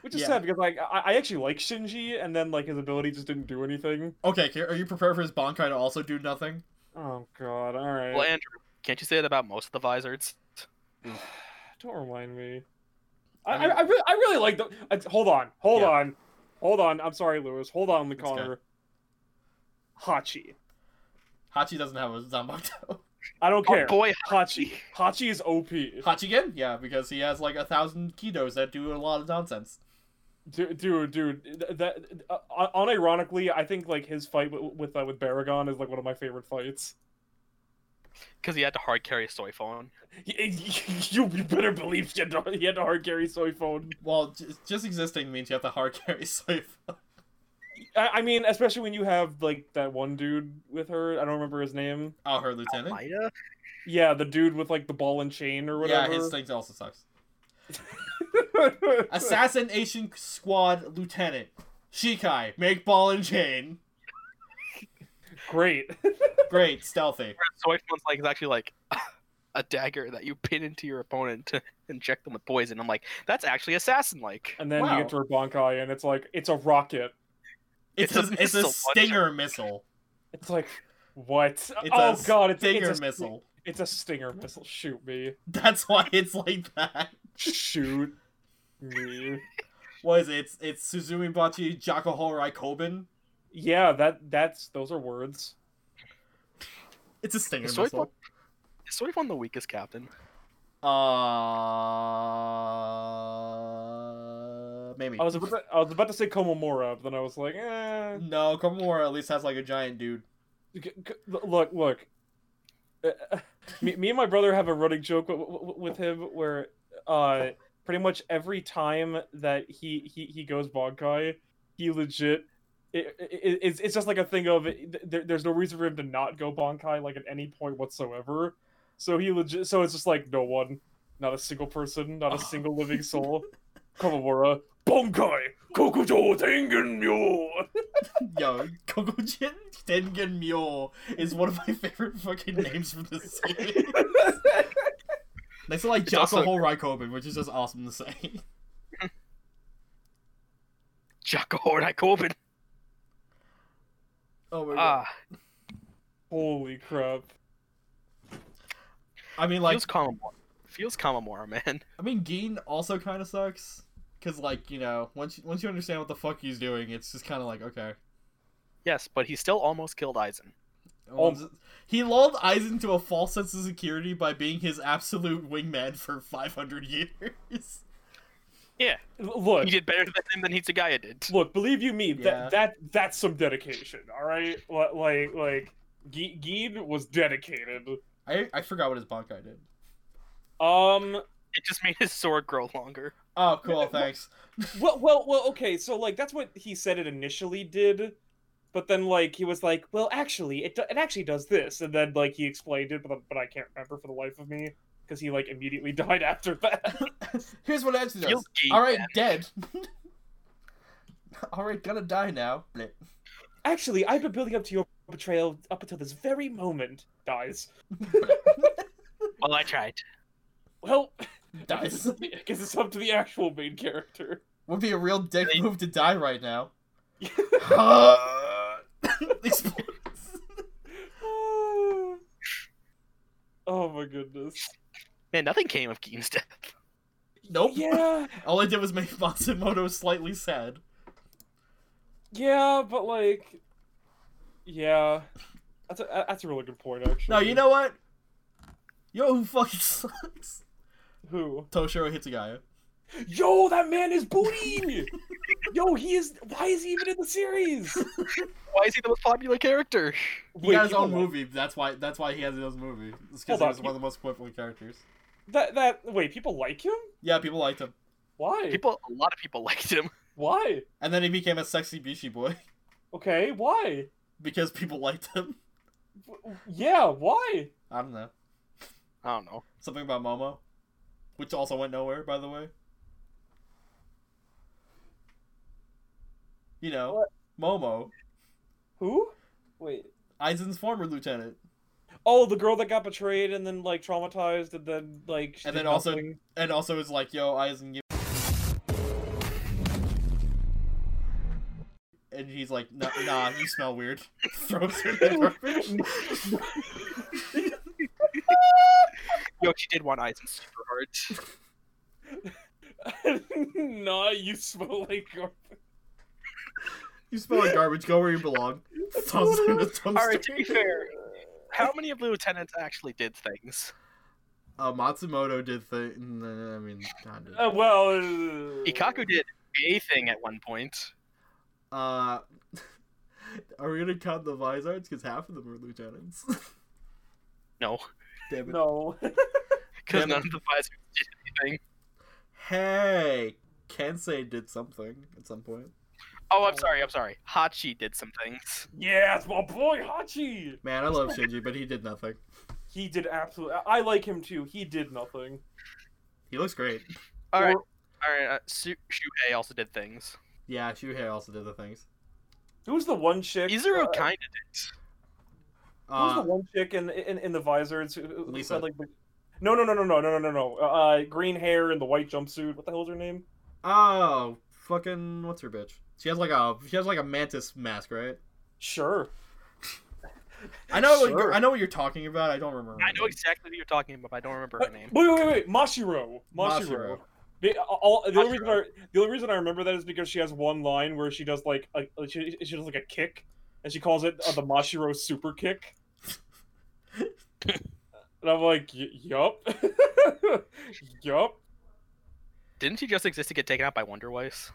Speaker 2: which is
Speaker 3: yeah.
Speaker 2: sad because like I, I actually like Shinji, and then like his ability just didn't do anything.
Speaker 3: Okay, Kier, are you prepared for his Bonkai to also do nothing?
Speaker 2: Oh god, all right.
Speaker 1: Well, Andrew, can't you say that about most of the visors?
Speaker 2: Don't remind me.
Speaker 3: I
Speaker 2: I,
Speaker 3: mean-
Speaker 2: I, I, really, I really like the. I, hold on, hold
Speaker 3: Yeah.
Speaker 2: on, hold on. I'm sorry, Lewis. Hold on,
Speaker 3: It's okay.
Speaker 2: Connor. Hachi. Hachi.
Speaker 3: Hachi doesn't have a Zanbakuto.
Speaker 2: I don't
Speaker 1: Oh
Speaker 2: care.
Speaker 1: boy,
Speaker 2: Hachi. Hachi is OP.
Speaker 3: Hachigen? Yeah, because he has like a thousand kidos that do a lot of nonsense.
Speaker 2: Dude, dude, dude th- that uh, unironically, I think like his fight with with, uh, with Baragon is like one of my favorite fights.
Speaker 1: because he had to hard carry a soy phone.
Speaker 2: You, you better believe he had to, he had to hard carry soy phone.
Speaker 3: Well, just, just existing means you have to hard carry safe.
Speaker 2: I, I mean, especially when you have like that one dude with her. I don't remember his name.
Speaker 3: Oh, her lieutenant.
Speaker 1: Mida?
Speaker 2: Yeah, the dude with like the ball and chain or
Speaker 3: yeah,
Speaker 2: whatever.
Speaker 3: his thing also sucks. Assassination Squad Lieutenant Shikai. Make ball and chain.
Speaker 2: Great.
Speaker 3: Great, stealthy.
Speaker 1: Whereas soy phone's like is actually like a dagger that you pin into your opponent to inject them with poison. I'm like, that's actually assassin like.
Speaker 2: And then
Speaker 3: Wow.
Speaker 2: you get to her Bonkai, and it's like it's a rocket.
Speaker 3: It's,
Speaker 1: It's
Speaker 3: a,
Speaker 1: a
Speaker 3: it's a
Speaker 1: missile launcher.
Speaker 3: stinger missile.
Speaker 2: It's like what?
Speaker 3: It's
Speaker 2: oh
Speaker 3: a
Speaker 2: god, it's,
Speaker 3: stinger
Speaker 2: it's a
Speaker 3: missile.
Speaker 2: It's a stinger missile. Shoot me.
Speaker 3: That's why it's like that.
Speaker 2: Shoot me.
Speaker 3: What is it? It's, it's Suzumi Bachi Jakuhorai Koben.
Speaker 2: Yeah, that that's those are words.
Speaker 3: It's a stinger
Speaker 1: Soy
Speaker 3: missile.
Speaker 1: Is soy phone the weakest captain?
Speaker 3: Uh, maybe.
Speaker 2: I was about to, I was about to say Komomora, but then I was like, eh.
Speaker 3: No, Komamura at least has like a giant dude.
Speaker 2: G- g- Look, look. Uh, me, me and my brother have a running joke w- w- with him where uh, pretty much every time that he he, he goes Bonkai, he legit. It, it, it's, it's just like a thing of th- there, there's no reason for him to not go Bonkai like at any point whatsoever. So he legit. So it's just like no one, not a single person, not a single living soul. Komamura, Bonkai, Kokujo Tengen Myo.
Speaker 3: Yo, Kokujin Tengen Mule is one of my favorite fucking names from this series. Next to like
Speaker 1: It's also-
Speaker 3: Jakuhorai Koben, which is just awesome to say.
Speaker 1: Jocko Hordak Corbin.
Speaker 3: Oh my god.
Speaker 1: Ah,
Speaker 2: Holy crap.
Speaker 3: I mean, like,
Speaker 1: feels Kamamura. Feels Kamamura, man.
Speaker 3: I mean, Geen also kind of sucks because, like, you know, once you, once you understand what the fuck he's doing, it's just kind of like okay.
Speaker 1: Yes, but he still almost killed Aizen.
Speaker 3: Well, Oh, He lulled Aizen to a false sense of security by being his absolute wingman for 500 years.
Speaker 2: L- Look,
Speaker 1: He did better than him than Hitsugaya did.
Speaker 2: look believe you me
Speaker 3: Yeah.
Speaker 2: that that that's some dedication all right Li- like like Ge- Geed was dedicated
Speaker 3: I, I forgot what his Bankai did.
Speaker 2: um
Speaker 1: It just made his sword grow longer.
Speaker 3: Oh, cool, thanks.
Speaker 2: well well well okay so like that's what he said it initially did but then like he was like well actually it, do- it actually does this and then like he explained it but, but i can't remember for the life of me because he like immediately died after that
Speaker 3: Here's what Aizen does.
Speaker 1: Feels Geed.
Speaker 3: Alright, dead. Alright, gonna die now. Blip.
Speaker 2: actually i've been building up to your betrayal up until this very moment dies
Speaker 1: Well, I tried.
Speaker 2: well
Speaker 3: Dies.
Speaker 2: i guess it's up to the actual main character
Speaker 3: Would be a real dick
Speaker 1: They-
Speaker 3: move to die right now. Explodes.
Speaker 2: oh my goodness.
Speaker 1: Man, nothing came of Keen's death.
Speaker 3: Nope.
Speaker 2: Yeah,
Speaker 3: All I did was make Matsumoto slightly sad.
Speaker 2: yeah, but like, yeah, that's a that's a really good point actually.
Speaker 3: No, you know what? Yo, who fucking sucks?
Speaker 2: who?
Speaker 3: Toshiro Hitsugaya.
Speaker 2: Yo, that man is booting. Yo, he is. Why is he even in the series?
Speaker 1: Why is he the most popular character?
Speaker 3: He
Speaker 2: Wait,
Speaker 3: got his
Speaker 2: hold
Speaker 3: own
Speaker 2: on.
Speaker 3: movie. That's why. That's why he has his own movie. It's
Speaker 2: Hold
Speaker 3: because he
Speaker 2: on,
Speaker 3: was one of the most popular characters.
Speaker 2: That that wait, people like him?
Speaker 3: Yeah, people liked him,
Speaker 2: Why?
Speaker 1: People, a lot of people liked him.
Speaker 2: Why?
Speaker 3: and then he became a sexy Bishi boy
Speaker 2: Okay, why?
Speaker 3: because people liked him.
Speaker 2: W- Yeah, why?
Speaker 3: I don't know.
Speaker 1: I don't know.
Speaker 3: Something about Momo, which also went nowhere, by the way. You know, Momo.
Speaker 2: Who? Wait.
Speaker 3: Aizen's former lieutenant,
Speaker 2: Oh, the girl that got betrayed and then like traumatized and then like she
Speaker 3: And
Speaker 2: did
Speaker 3: then also-
Speaker 2: nothing.
Speaker 3: and also is like, "Yo, Aizen, give." And he's like, "Nah, nah you smell weird." Throws her in the garbage.
Speaker 1: Yo, she did want Aizen super hard.
Speaker 2: nah, you smell like garbage.
Speaker 3: You smell like garbage. Go where you belong. Throws her in the dumpster.
Speaker 1: All right, to be fair, how many of the lieutenants actually did things?
Speaker 3: Uh, Matsumoto did the. I mean, kind of.
Speaker 2: Uh, well, uh,
Speaker 1: Ikaku did a thing at one point.
Speaker 3: Uh, are we gonna count the Vizards? Because half of them are lieutenants.
Speaker 1: No,
Speaker 3: Damn it.
Speaker 2: No.
Speaker 1: because
Speaker 3: Yeah, but-
Speaker 1: none of the Pfizer did anything.
Speaker 3: Hey, Kensei did something at some point.
Speaker 1: Oh, I'm sorry. I'm sorry. Hachi did some things.
Speaker 2: yeah, it's my boy Hachi.
Speaker 3: Man, I love Shinji, but he did nothing.
Speaker 2: He did absolutely. I like him too. He did nothing.
Speaker 3: He looks great.
Speaker 1: All right.
Speaker 2: Or-
Speaker 1: All right. Uh, Su- Shuhei also did things.
Speaker 3: Yeah, Shuhei also did the things.
Speaker 2: Who's the one chick?
Speaker 1: Izuru
Speaker 2: uh,
Speaker 1: kind of did.
Speaker 2: Who's the
Speaker 3: Uh,
Speaker 2: one chick in in, in the visors? who- who- who
Speaker 3: Lisa.
Speaker 2: said, Like, the- no, no, no, no, no, no, no, no, no. Uh, green hair and the white jumpsuit. What the hell's her name?
Speaker 3: oh, fucking what's her bitch? She has like a she has like a mantis mask, right?
Speaker 2: Sure.
Speaker 3: I know what
Speaker 2: Sure.
Speaker 3: I know what you're talking about. I don't remember. her
Speaker 1: I know
Speaker 3: name.
Speaker 1: exactly who you're talking about. But I don't remember her name.
Speaker 2: Wait, wait, wait, wait. Mashiro. Mashiro.
Speaker 3: Mashiro.
Speaker 2: They- all- the, only reason I,
Speaker 1: Mashiro.
Speaker 2: the only reason I remember that is because she has one line where she does like a, a- she, she does like a kick, and she calls it uh, the Mashiro super kick. and I'm like, y- yup, yup.
Speaker 1: Didn't she just exist to get taken out by Wonder Weiss?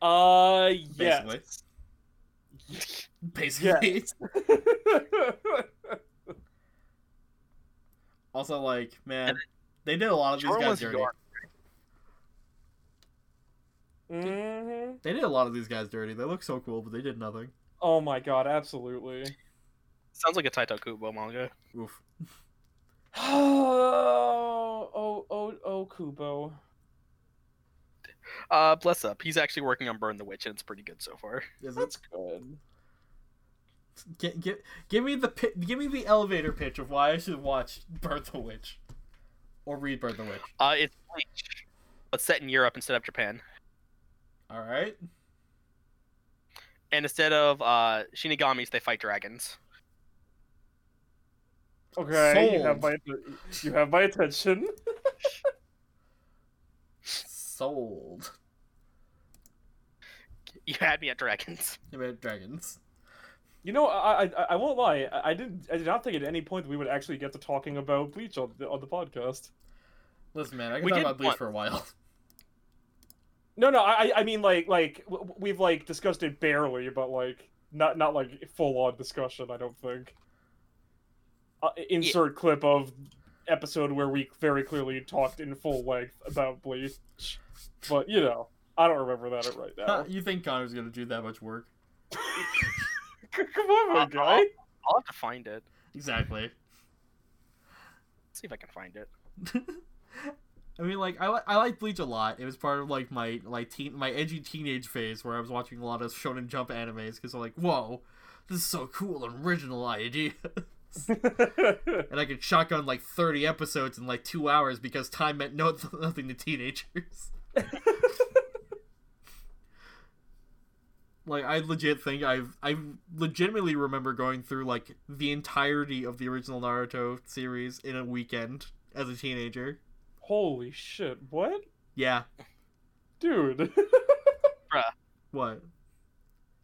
Speaker 2: Uh, yes.
Speaker 3: Basically. Basically.
Speaker 2: Yes.
Speaker 3: Also, like, man, they did a lot of these guys dirty.
Speaker 2: hmm
Speaker 3: They did a lot of these guys dirty. They look so cool, but they did nothing.
Speaker 2: Oh my god, absolutely.
Speaker 1: Sounds like a Taito Kubo manga.
Speaker 3: Oof.
Speaker 2: oh, oh, oh, oh, Kubo.
Speaker 1: Uh, bless up. He's actually working on Burn the Witch, and it's pretty good so far.
Speaker 3: Is it?
Speaker 2: That's good.
Speaker 3: Get, get, give me the pi- give me the elevator pitch of why I should watch Birth the Witch, or read Birth the Witch.
Speaker 1: Uh, it's Bleach, but set in Europe instead of Japan.
Speaker 3: All right.
Speaker 1: And instead of uh, Shinigamis, they fight dragons.
Speaker 2: Okay, you have
Speaker 3: Sold.
Speaker 2: my atten- you have my attention.
Speaker 3: Sold.
Speaker 1: You had me at dragons.
Speaker 3: You made dragons.
Speaker 2: You know, I, I I won't lie. I, I did I did not think at any point that we would actually get to talking about Bleach on the, on the podcast.
Speaker 3: Listen, man, I can
Speaker 1: We
Speaker 3: talk
Speaker 1: did
Speaker 3: about Bleach
Speaker 1: one.
Speaker 3: for a while.
Speaker 2: No, no, I I- I mean like like w- w- we've like discussed it barely, but like not not like full on discussion. I don't think. Uh, insert clip of episode where we very clearly talked in full length about Bleach, but you know I don't remember that right now.
Speaker 3: you think Connor's gonna do that much work?
Speaker 2: Come on, my guy.
Speaker 1: I'll have to find it.
Speaker 3: Exactly.
Speaker 1: see if I can find it.
Speaker 3: I mean, like I, li- I like Bleach a lot. It was part of like my like teen my edgy teenage phase where I was watching a lot of Shonen Jump animes because I'm like, whoa, this is so cool and original idea. and I could shotgun like 30 episodes in like two hours because time meant no- nothing to teenagers. like I legit think I've I legitimately remember going through like the entirety of the original Naruto series in a weekend as a teenager.
Speaker 2: Holy shit! What,
Speaker 3: Yeah,
Speaker 2: dude?
Speaker 3: what?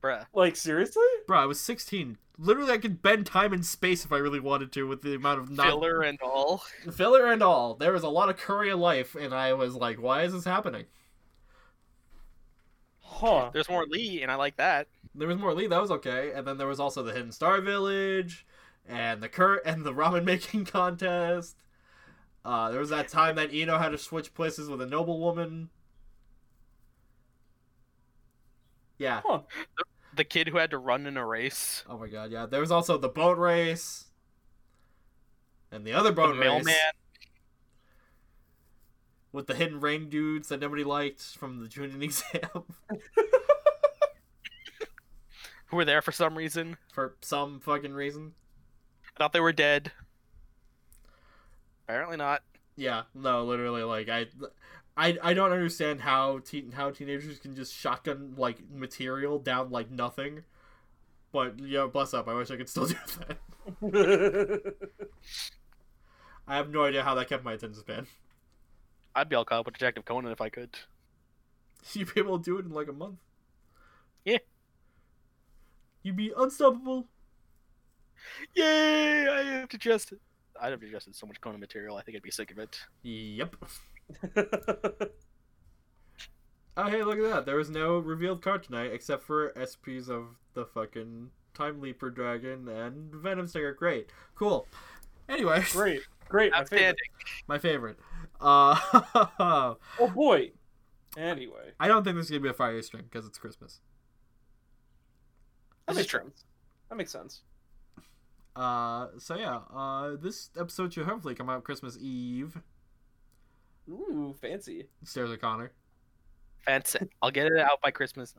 Speaker 1: Bruh.
Speaker 2: like seriously?
Speaker 3: Bro, I was 16. Literally, I could bend time and space if I really wanted to with the amount of non-
Speaker 1: Filler and all.
Speaker 3: filler and all. There was a lot of curry in life, and I was like, why is this happening?
Speaker 2: Huh?
Speaker 1: There's more Lee, and I like that.
Speaker 3: There was more Lee, that was okay. And then there was also the Hidden Star Village and the cur- and the ramen making contest. Uh, there was that time that Ino had to switch places with a noblewoman. Yeah.
Speaker 1: The kid who had to run in a race.
Speaker 3: Oh my god, yeah. There was also the boat race. And the other boat
Speaker 1: the
Speaker 3: race
Speaker 1: mailman.
Speaker 3: with the hidden rain dudes that nobody liked from the Junin exam.
Speaker 1: who were there for some reason.
Speaker 3: for some fucking reason.
Speaker 1: I thought they were dead. Apparently not.
Speaker 3: Yeah, no, literally, like I, I, I don't understand how teen how teenagers can just shotgun like material down like nothing. But yeah, bless up. I wish I could still do that. I have no idea how that kept my attention span.
Speaker 1: I'd be all caught up with Detective Conan if I could.
Speaker 3: You'd be able to do it in like a month.
Speaker 1: Yeah.
Speaker 3: You'd be unstoppable.
Speaker 1: Yay! I have digested. I'd have digested so much Conan material. I think I'd be sick of it.
Speaker 3: Yep. Oh hey, look at that. There was no revealed card tonight except for SPs of the fucking Time Leaper Dragon and Venom Stinger. Great. Cool. Anyway,
Speaker 2: great, great, my favorite.
Speaker 1: Outstanding.
Speaker 3: my favorite. Uh I
Speaker 2: Oh boy. Anyway,
Speaker 3: don't think this is gonna be a fire string because it's Christmas.
Speaker 1: This
Speaker 2: that
Speaker 1: is
Speaker 2: makes
Speaker 1: true.
Speaker 2: sense. That makes sense.
Speaker 3: Uh so yeah, uh this episode should hopefully come out Christmas Eve.
Speaker 2: Ooh, fancy.
Speaker 3: Stairs of Connor.
Speaker 1: Fancy. I'll get it out by Christmas,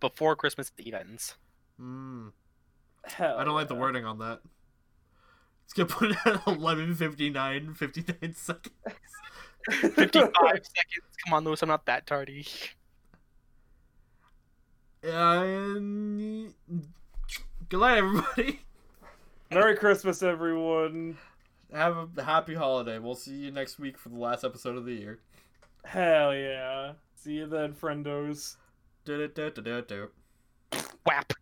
Speaker 1: before Christmas Eve ends.
Speaker 3: Mm.
Speaker 2: Hell
Speaker 3: I don't like the
Speaker 2: yeah.
Speaker 3: wording on that. It's gonna put it at eleven fifty nine fifty nine seconds.
Speaker 1: 55 seconds. Come on, Lewis. I'm not that tardy.
Speaker 3: And good night, everybody.
Speaker 2: Merry Christmas, everyone.
Speaker 3: Have a happy holiday. We'll see you next week for the last episode of the year.
Speaker 2: Hell yeah. See you then, friendos.
Speaker 3: Do-do-do-do-do.
Speaker 1: Whap.